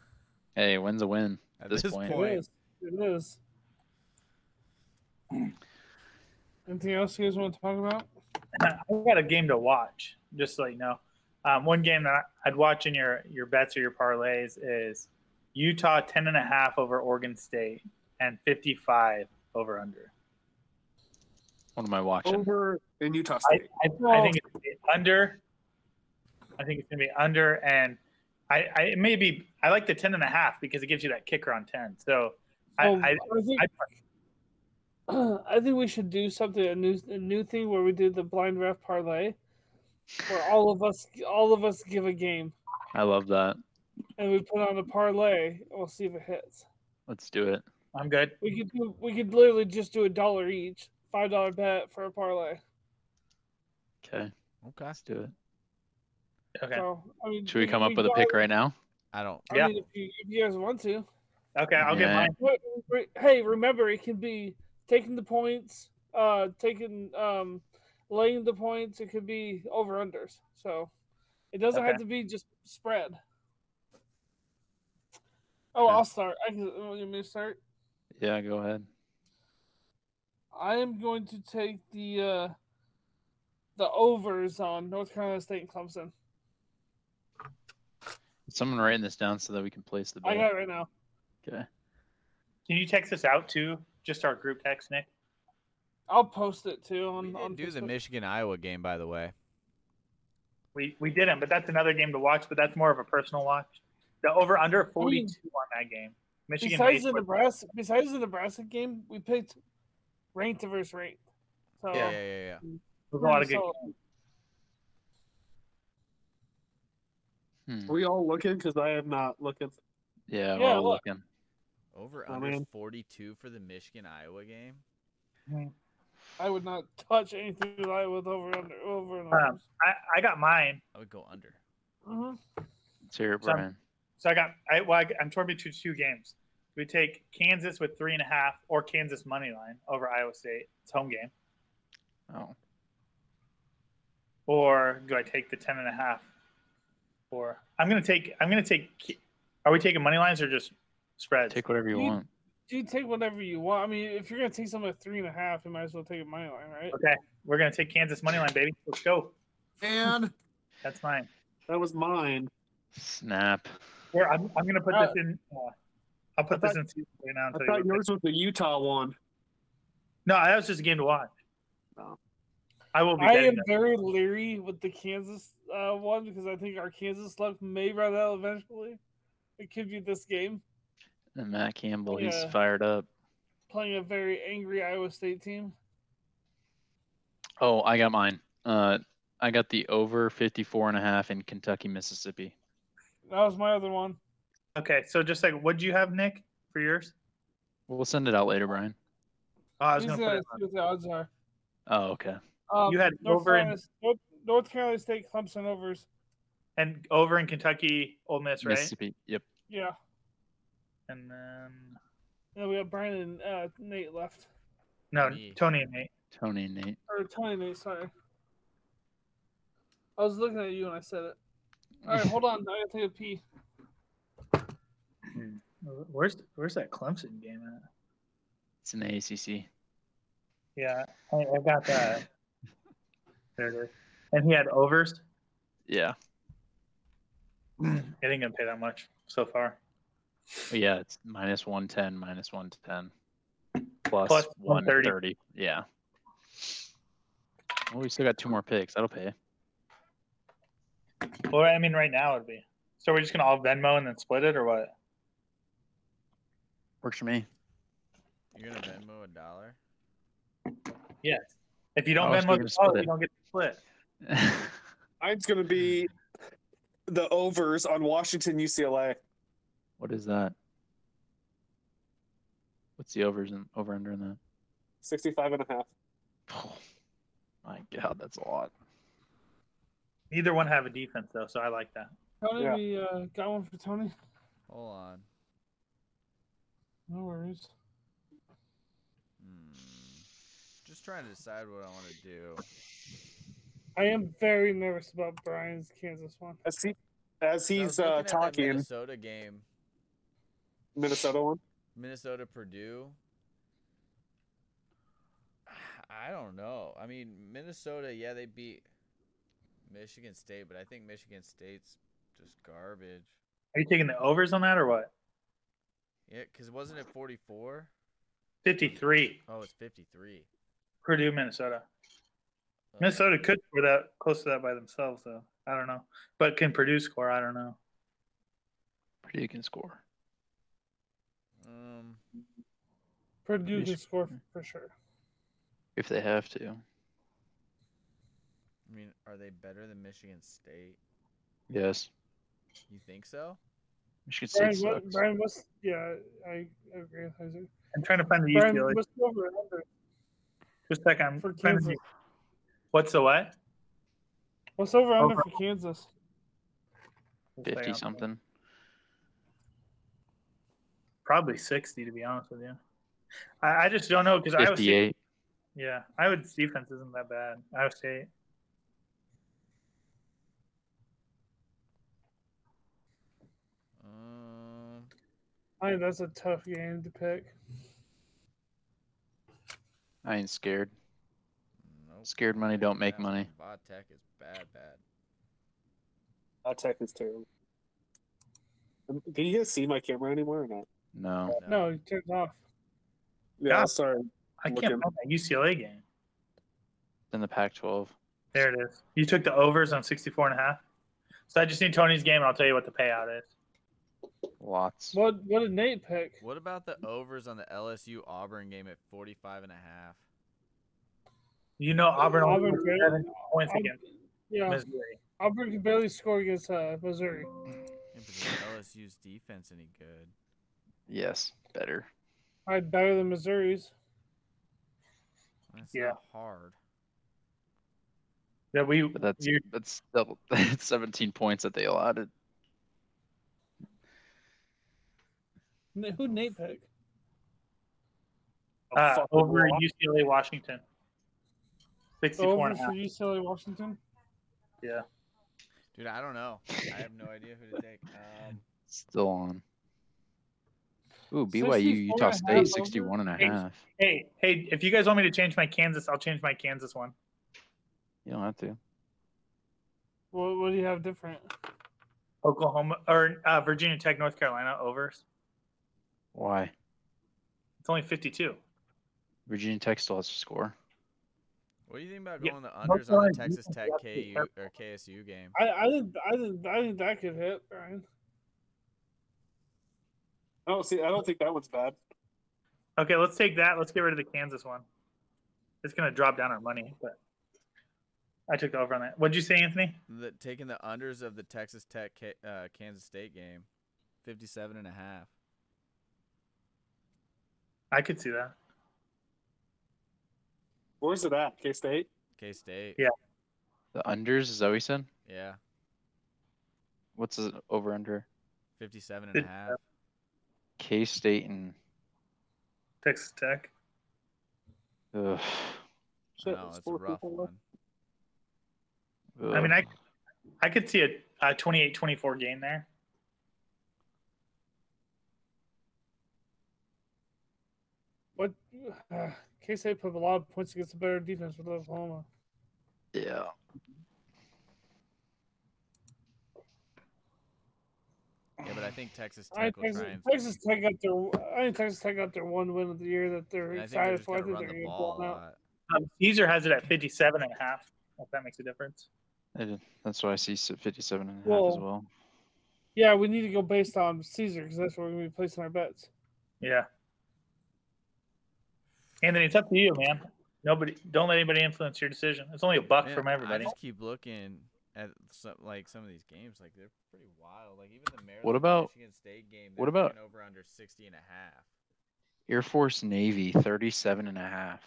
S8: Hey, when's a win?
S1: At
S8: This
S1: this,
S8: point.
S1: point,
S5: It is. It is. Anything else you guys want to talk about?
S4: I got a game to watch, just so you know. Um, one game that I'd watch in your, your bets or your parlays is Utah 10.5 over Oregon State and 55 over under.
S8: What am I watching?
S6: Over in Utah State.
S4: I, I think it's gonna be under. I think it's going to be under. And I, I it may be, I like the 10.5 because it gives you that kicker on 10. So I,
S5: Well,
S4: I,
S5: Oh, think,
S4: I,
S5: [CLEARS THROAT] I think we should do something a new a new thing where we do the blind ref parlay, where all of us all of us give a game
S8: I love that.
S5: and we put on a parlay. and We'll see if it hits.
S8: Let's do it.
S4: I'm good.
S5: We could do, we could literally just do a dollar each, five dollar bet for a parlay.
S8: Okay,
S1: okay.
S8: let's do it.
S4: Okay.
S5: So I mean,
S8: Should we come up with a pick right now?
S1: I don't.
S5: I
S4: Yeah.
S5: mean, if you, if you guys want to.
S4: Okay. I'll get
S8: Yeah.
S4: mine.
S5: Wait, wait, Hey, remember it can be taking the points, uh, taking um, laying the points. It could be over unders. So it doesn't have
S4: Okay.
S5: to be just spread. Oh,
S8: Okay.
S5: I'll start. I can. oh, You want me to start?
S8: Yeah, go ahead.
S5: I am going to take the uh, the overs on North Carolina State and Clemson.
S8: Someone writing this down so that we can place the
S5: I
S8: bet.
S5: got it right now.
S8: Okay.
S4: Can you text this out too? Just our group text, Nick.
S5: I'll post it too
S1: We
S5: on. on
S1: didn't do the
S5: Facebook.
S1: Michigan Iowa game, by the way.
S4: We we didn't, but that's another game to watch. But that's more of a personal watch. The over under forty two on that game. Michigan.
S5: Besides the
S4: State-
S5: Nebraska, besides the Nebraska game, we picked ranked versus ranked.
S6: Oh.
S5: So
S1: Yeah, yeah, yeah, yeah.
S4: There's a lot of good.
S5: So,
S8: Hmm.
S6: Are we all looking? Because I am not looking.
S8: Yeah,
S5: Yeah,
S8: we're all
S5: look.
S8: looking.
S1: Over
S6: Oh,
S1: under
S6: man.
S1: 42 for the Michigan Iowa game.
S5: I would not touch anything that I with over under over and
S4: Um,
S5: over.
S4: I, I got mine.
S1: I would go under.
S5: Mhm.
S8: Let's hear it,
S4: Some-
S8: Brian.
S4: So I got I well, I, am torn between two games. We take Kansas with three and a half or Kansas money line over Iowa State. It's home game.
S8: Oh,
S4: Or do I take the ten and a half? Or I'm gonna take I'm gonna take. K- Are we taking money lines or just spreads?
S8: take whatever you
S5: You-
S8: want.
S5: You take whatever you want. I mean, if you're gonna take something at three and a half, you might as well take it money line, right?
S4: Okay, we're gonna take Kansas money line, baby. Let's go.
S6: And
S4: That's mine.
S6: that was mine.
S8: Snap.
S4: Here, I'm, I'm gonna put
S5: Uh,
S4: this in. Uh, I'll put
S6: I
S4: this in season right now.
S6: Oh. I
S4: Until
S6: thought
S4: you
S6: yours was the Utah one.
S4: no, that was just a game to watch.
S6: No.
S4: I will be.
S5: I
S4: betting
S5: am very leery with the Kansas uh, one because I think our Kansas luck may run out eventually. It could be this game
S8: And Matt Campbell, he's
S5: Yeah.
S8: fired up.
S5: playing a very angry Iowa State team.
S8: Oh, I got mine. Uh, I got the over 54 and a half in Kentucky, Mississippi.
S5: That was my other one.
S4: that. Okay, so just like, what do you have, Nick, for yours?
S8: We'll send it out later, Brian.
S4: Oh, I was
S5: He's
S4: gonna put
S5: gonna
S4: it.
S5: see what the odds are.
S8: Oh, okay.
S5: Um,
S4: You had
S5: North
S4: over
S5: Carolina,
S4: in,
S5: North, North Carolina State Clemson overs.
S4: and over in Kentucky, Ole Miss, right?
S8: Mississippi. Yep.
S5: Yeah,
S4: And then
S5: and we got Brian and uh, Nate left
S4: no,
S1: Me.
S4: Tony and Nate.
S8: Tony and Nate.
S5: or Tony and Nate. Sorry, I was looking at you when I said it.
S8: [LAUGHS]
S5: All right, hold on. I gotta take a pee.
S4: Where's where's that Clemson game at?
S8: It's in the ACC.
S4: Yeah, I, I got
S6: [LAUGHS]
S4: that. there it is. And he had overs.
S8: Yeah.
S4: I didn't gonna pay that much so far.
S8: Yeah. It's minus 110, minus 110, plus,
S4: Plus
S8: plus 130. Yeah. Well, we still got two more picks. That'll pay.
S4: Well, I mean, right now it'd be. So we're just gonna all Venmo and then split it, or what?
S8: Works for me.
S1: You're going to Venmo a dollar?
S4: Yes. If you don't
S8: I was
S4: Venmo,
S8: gonna
S4: the dollar,
S8: split it.
S4: you don't get to split.
S6: Mine's gonna be the overs on Washington UCLA.
S8: [LAUGHS] what is that? What's the overs and over under in that? [SIGHS]
S6: 65 and a half.
S8: Oh, my God, that's a lot.
S4: Neither one have a defense though, so I like that.
S5: Tony,
S6: Yeah.
S5: we uh, got one for Tony.
S1: Hold on.
S5: No worries.
S1: Hmm. Just trying to decide what I want to do.
S5: I am very nervous about Brian's Kansas one.
S6: As, he, as
S1: I
S6: he's
S1: was looking
S6: uh,
S1: at that
S6: talking,
S1: Minnesota game.
S6: Minnesota one.
S1: Minnesota Purdue. I don't know. I mean, Minnesota, yeah, they beat Michigan State, but I think Michigan State's just garbage.
S4: Are you taking the overs on that or what?
S1: Yeah, because wasn't it 44?
S4: Fifty-three,
S1: Oh, it's 53.
S4: Purdue, Minnesota.
S1: Uh,
S4: Minnesota could score that close to that by themselves though. I don't know, but can Purdue score? I don't know.
S8: Purdue can score.
S1: Um,
S5: Purdue
S8: Mich-
S5: can score f- for sure.
S8: If they have to.
S1: I mean, are they better than Michigan State?
S8: Yes.
S1: You think so?
S8: Michigan State
S5: Brian, what,
S8: sucks.
S5: Brian what's yeah, I, I agree with Isaac.
S4: I'm trying to find the
S5: Brian,
S4: UCLA.
S5: what's the over and under
S4: Just a second. I'm
S5: for
S4: trying to
S5: Kansas?
S4: think. What's the what?
S5: What's over and under
S4: Over.
S5: for Kansas?
S8: 50 something.
S4: Probably sixty, to be honest with you. I, I just don't know because Iowa
S8: 58.
S4: State. Yeah, Iowa's defense isn't that bad. Iowa State.
S1: Um,
S5: I mean, that's a tough game to pick.
S8: I ain't scared.
S1: nope.
S8: Scared money don't make
S1: That's-
S8: money.
S1: Vatech is bad, bad.
S6: That tech is terrible. Um, Can you guys see my camera anymore or not?
S8: No.
S5: No, he turns off.
S6: Yeah,
S4: Yeah.
S6: sorry.
S4: I
S6: Look
S4: can't
S6: at-
S4: find that UCLA game.
S8: In the Pac-12.
S4: There it is. You took the overs on 64 and a half. So I just need Tony's game, and I'll tell you what the payout is.
S8: Lots.
S5: What what did Nate pick?
S1: What about the overs on the LSU Auburn game at 45 and a half?
S4: You know Auburn only
S5: Auburn
S4: scored
S5: barely-
S4: seven points
S5: Aub-
S4: against
S5: yeah,
S4: Missouri.
S5: Auburn can barely score against uh, Missouri.
S1: Yeah, but is LSU's defense any good?
S8: Yes. Better.
S5: All right, better than Missouri's.
S1: That's
S4: Yeah.
S1: not hard.
S4: Yeah, we.
S8: But that's
S4: you-
S8: that's double. [LAUGHS] That's 17 points that they allotted.
S5: N- Who Nate pick?
S6: Oh,
S4: uh,
S6: fuck,
S4: over
S6: Milwaukee.
S4: UCLA Washington. 64
S5: Over
S4: and a
S5: for
S4: half.
S5: UCLA Washington.
S1: Dude, I don't know. I have no idea who to take. Um,
S8: Still on. Ooh,
S5: 64
S8: BYU,
S5: and a
S8: Utah
S5: half
S8: State,
S5: over.
S8: 61 and a
S4: Hey,
S8: half.
S4: Hey, hey, if you guys want me to change my Kansas, I'll change my Kansas one.
S8: You don't have to.
S5: What, what do you have different?
S4: Oklahoma or uh, Virginia Tech, North Carolina overs.
S8: Why?
S4: It's only 52.
S8: Virginia Tech still has to score.
S1: what do you think about
S4: Yeah,
S1: going the unders
S4: North
S1: on
S4: Carolina's
S1: the Texas
S4: defense
S1: Tech
S4: is absolutely
S1: KU or KSU game?
S5: I I didn't I didn't I think that could hit. Brian.
S6: I don't see. I don't think that one's bad.
S4: Okay, let's take that. Let's get rid of the Kansas one. It's gonna drop down our money, but I took the over on that. What'd you say, Anthony?
S1: The, taking the unders of the Texas Tech K, uh, Kansas State game, 57 and a half.
S4: I could see that.
S6: Where's it at? K State.
S1: K State.
S4: Yeah.
S8: The unders, is that what you said?
S1: Yeah.
S8: What's the over under?
S1: 57 and a half.
S8: K State and.
S4: Texas Tech.
S1: I
S8: Ugh,
S6: Shit,
S1: know, it's
S6: it's
S1: a
S6: four
S1: rough
S6: people left.
S1: one.
S4: I mean,
S8: ugh.
S4: I I could see a, a 28-24 game there.
S5: What? [SIGHS] Uh, K State put up a lot of points against a better defense with Oklahoma.
S8: Yeah.
S1: Yeah, but I think Texas
S5: I
S1: Tech will
S5: think
S1: try
S5: Texas,
S1: and.
S5: Texas Tech got their I think Texas Tech got their one win of the year that they're
S1: and I think they're
S5: excited
S1: just
S5: for. I
S1: going to
S5: think
S1: run
S5: they're
S1: the
S5: gonna
S1: ball uh,
S5: blow
S1: a
S5: them out.
S1: lot.
S4: Um, Caesar has it at 57 and a half. If that makes a difference.
S8: It- That's why I see s- 57 and a half as
S5: Well-
S8: well.
S5: Yeah, we need to go based on Caesar because that's where we're gonna be placing our bets.
S4: Yeah. Anthony, it's up to you, man. Nobody, don't let anybody influence your decision. It's only a buck
S1: Man,
S4: from everybody.
S1: I just keep looking at some, like some of these games, like they're pretty wild. Like even the Maryland
S8: about-
S1: Michigan State game.
S8: what
S1: they're
S8: about-
S1: freaking over under 60 and a half?
S8: Air Force Navy, 37 and a half.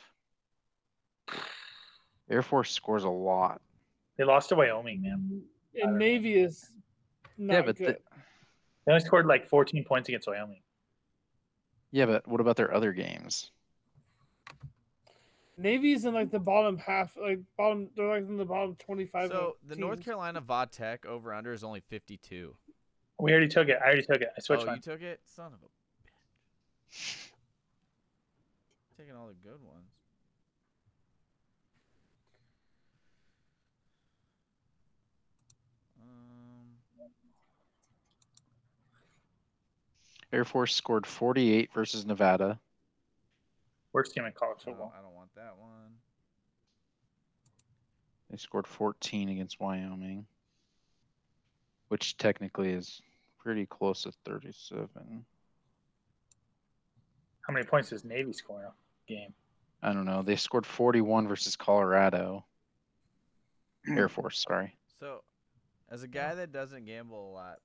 S8: Air Force scores a lot.
S4: They lost to Wyoming, man.
S5: And Navy is not
S8: yeah, but
S5: good.
S8: the,
S4: They only scored like 14 points against Wyoming.
S8: yeah, but what about their other games?
S5: Navy's in like the bottom half, like bottom. They're like in the bottom twenty-five.
S1: So
S5: of
S1: the North
S5: teams.
S1: Carolina Va Tech over under is only 52.
S4: We already took it. I already took it. I
S1: Oh,
S4: switched
S1: you
S4: mine.
S1: took it, son of a bitch. Taking all the good ones. Um,
S8: Air Force scored 48 versus Nevada.
S4: Worst team in college
S1: I don't,
S4: football.
S1: I don't want that one.
S8: They scored 14 against Wyoming, which technically is pretty close to 37.
S4: How many points does Navy score in a game?
S8: I don't know. They scored 41 versus Colorado. Air Force, sorry.
S1: So, as a guy that doesn't gamble a lot,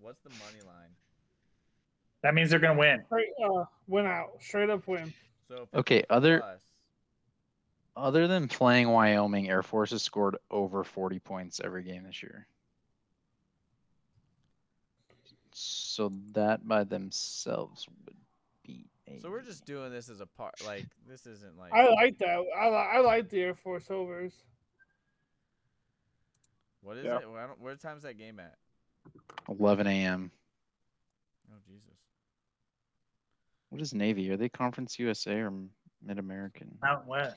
S1: what's the money line?
S4: That means they're going to win.
S5: Straight, uh, win out, straight up win.
S1: So if it's
S8: Okay, other
S1: plus,
S8: other than playing Wyoming, Air Force has scored over 40 points every game this year. So that by themselves would be. A
S1: so we're just doing this as a part. Like this isn't like
S5: I like that. I li- I like the Air Force overs.
S1: what is
S6: Yeah.
S1: it? Well, I don't, where time's that game at?
S8: 11 a.m.
S1: Oh Jesus!
S8: What is Navy? Are they Conference USA or Mid American?
S4: Mountain West.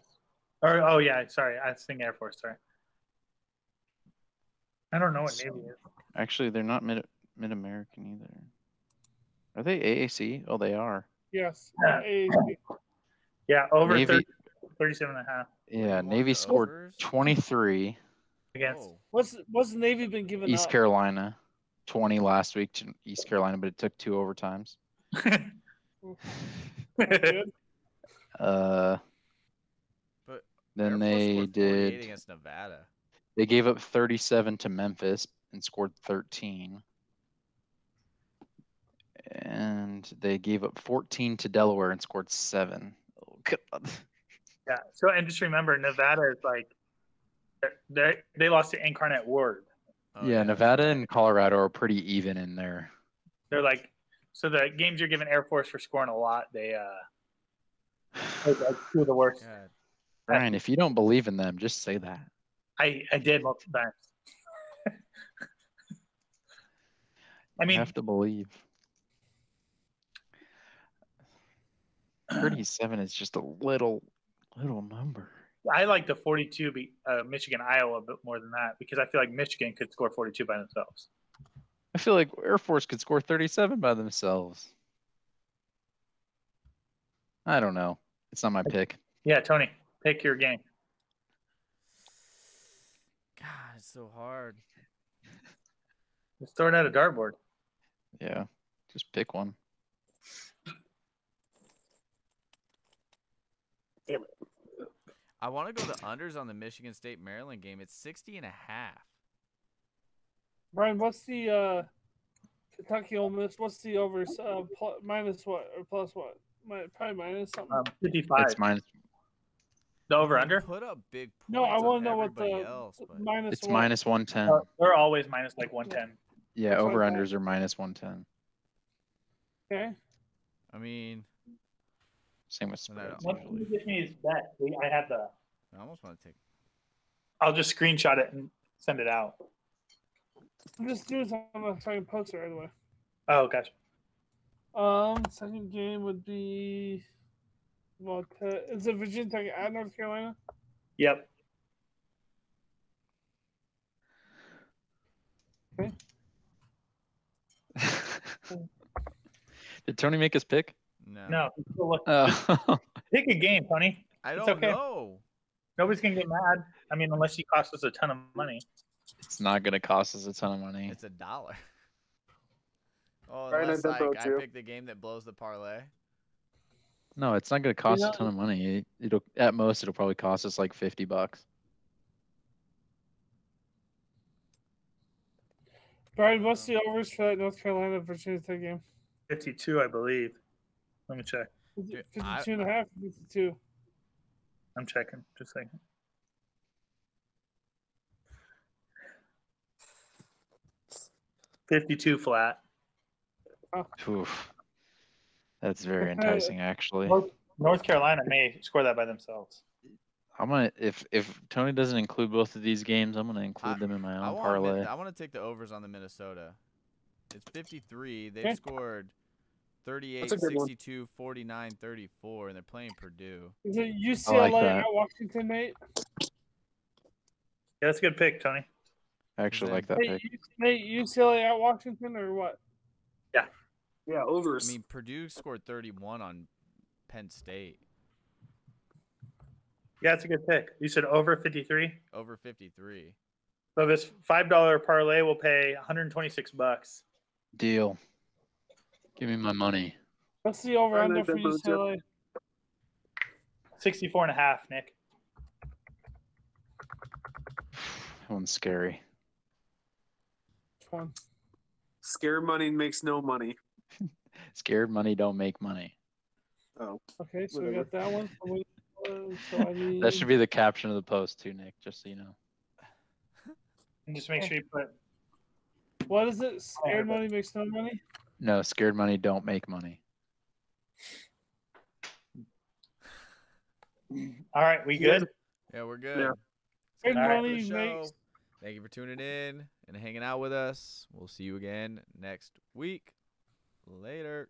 S4: Or, oh, yeah. Sorry. I was thinking Air Force. Sorry. I don't know what Navy is.
S8: Actually, they're not Mid Mid American either. Are they AAC? Oh, they are.
S5: Yes.
S4: Yeah.
S5: AAC.
S4: Yeah, over
S8: Navy-
S4: 30, 37 and a half
S8: Yeah,
S1: One
S8: Navy scored
S1: overs?
S8: 23.
S4: against.
S1: Oh.
S5: What's what's the Navy been giving
S8: East
S5: up?
S8: Carolina, 20 last week to East Carolina, but it took two overtimes.
S5: Not good.
S8: Uh,
S1: But
S8: then
S1: Air Force
S8: they
S1: scored 48
S8: did.
S1: against Nevada.
S8: They gave up 37 to Memphis and scored 13. And they gave up 14 to Delaware and scored seven. Oh, God.
S4: [LAUGHS] yeah. So, and just remember, Nevada is like, they they lost to Incarnate Ward.
S1: Oh,
S8: yeah,
S1: that's
S8: Nevada
S1: right.
S8: and Colorado are pretty even in there.
S4: They're like, so the games you're giving Air Force for scoring a lot, they uh, [SIGHS] take like two of the worst.
S1: God.
S8: Brian, if you don't believe in them, just say that.
S4: I I did multiple times. [LAUGHS] I
S8: You
S4: mean,
S8: have to believe. 37 is just a little, little number.
S4: I like the 42 be, uh, Michigan Iowa a bit more than that because I feel like Michigan could score 42 by themselves.
S8: I feel like Air Force could score 37 by themselves. I don't know. It's not my pick.
S4: Yeah, Tony, pick your game.
S1: God, it's so hard.
S4: Let's throw it at a dartboard.
S8: Yeah. Just pick one.
S1: I want to go the unders on the Michigan State Maryland game. It's 60 and a half.
S5: Brian, what's the uh, Kentucky Ole Miss? What's the over uh, pl- minus what or plus what? Mi- probably minus something.
S4: Um, 55.
S8: It's minus
S4: the over
S1: They
S4: under.
S1: Put up big points
S5: no, I
S1: want to
S5: know what the
S1: else, but
S5: minus.
S8: it's
S5: what.
S8: minus 110.
S4: Uh, they're always minus like 110.
S8: yeah,
S5: that's what I
S8: over
S5: thought.
S8: unders are minus 110.
S5: Okay.
S1: I mean,
S8: Same with
S1: No, no,
S8: spreads.
S1: no.
S8: usually.
S1: Usually.
S4: give me his bet? I have the.
S1: I almost want to take.
S4: I'll just screenshot it and send it out.
S5: Just do something so I can post it right away.
S4: Oh, gotcha.
S5: Um, second game would be. Well, te- is it Virginia Tech at North Carolina?
S4: Yep.
S8: [LAUGHS] Did Tony make his pick?
S1: No.
S4: No. look-
S8: Oh.
S4: Pick a game, Tony.
S1: I
S4: It's
S1: don't
S4: okay.
S1: know.
S4: Nobody's gonna get mad. I mean, unless you cost us a ton of money.
S8: [LAUGHS] it's not going to cost us a ton of money.
S1: It's a dollar. [LAUGHS] Oh,
S6: Brian, I
S1: unless I,
S6: Venmo
S1: I
S6: too.
S1: pick the game that blows the parlay.
S8: No, it's not going to cost
S5: know-
S8: a ton of money. It- It'll at most it'll probably cost us like 50 bucks.
S5: Brian, what's the overs for that North Carolina Virginia Tech game?
S4: 52, I believe. Let me check.
S5: Is it
S1: Dude, I-
S5: 52 and a half, 52.
S4: I'm checking. Just a second. Fifty-two flat.
S8: Oof. That's very enticing actually.
S4: North, North Carolina may score that by themselves.
S8: I'm gonna if if Tony doesn't include both of these games, I'm gonna include them in my
S1: I want.
S8: own
S1: Min-
S8: parlay.
S1: I want to take the overs on the Minnesota. It's 53. They've
S5: Okay.
S1: scored 38,
S6: That's a good one.
S1: 62, 49, 34, and they're playing Purdue.
S5: Is it UCLA
S8: like that.
S5: at Washington, mate?
S4: Yeah, that's a good pick, Tony.
S8: I actually
S1: Then-
S8: like that
S5: Hey,
S8: pick.
S5: U- Nate, UCLA at Washington or what?
S6: Yeah,
S1: I
S6: overs.
S1: mean, Purdue scored 31 on Penn State.
S4: Yeah, that's a good pick. You said over fifty-three.
S1: Over 53.
S4: So this five-dollar parlay will pay one hundred twenty-six bucks.
S8: Deal. Give me my money.
S5: What's the over
S6: Brian, I
S5: under for
S6: Venmo'd you.
S5: UCLA?
S4: Sixty-four and a half, Nick.
S8: [SIGHS] That one's scary.
S5: Which one?
S6: Scare money makes no money.
S8: Scared money don't make money.
S5: Okay, so we
S6: Whatever.
S5: got that one. So, we, uh,
S8: [LAUGHS]
S5: so I need.
S8: That should be the caption of the post too, Nick, just so you know.
S4: And just make sure you put
S5: What is it? Scared money makes no money?
S8: No, scared money don't make money.
S4: all right, we
S6: Yeah.
S4: good?
S1: Yeah, we're good.
S6: Yeah.
S1: It's been
S5: Good
S1: all for the
S5: morning,
S1: show.
S5: mates.
S1: Thank you for tuning in and hanging out with us. We'll see you again next week. Later.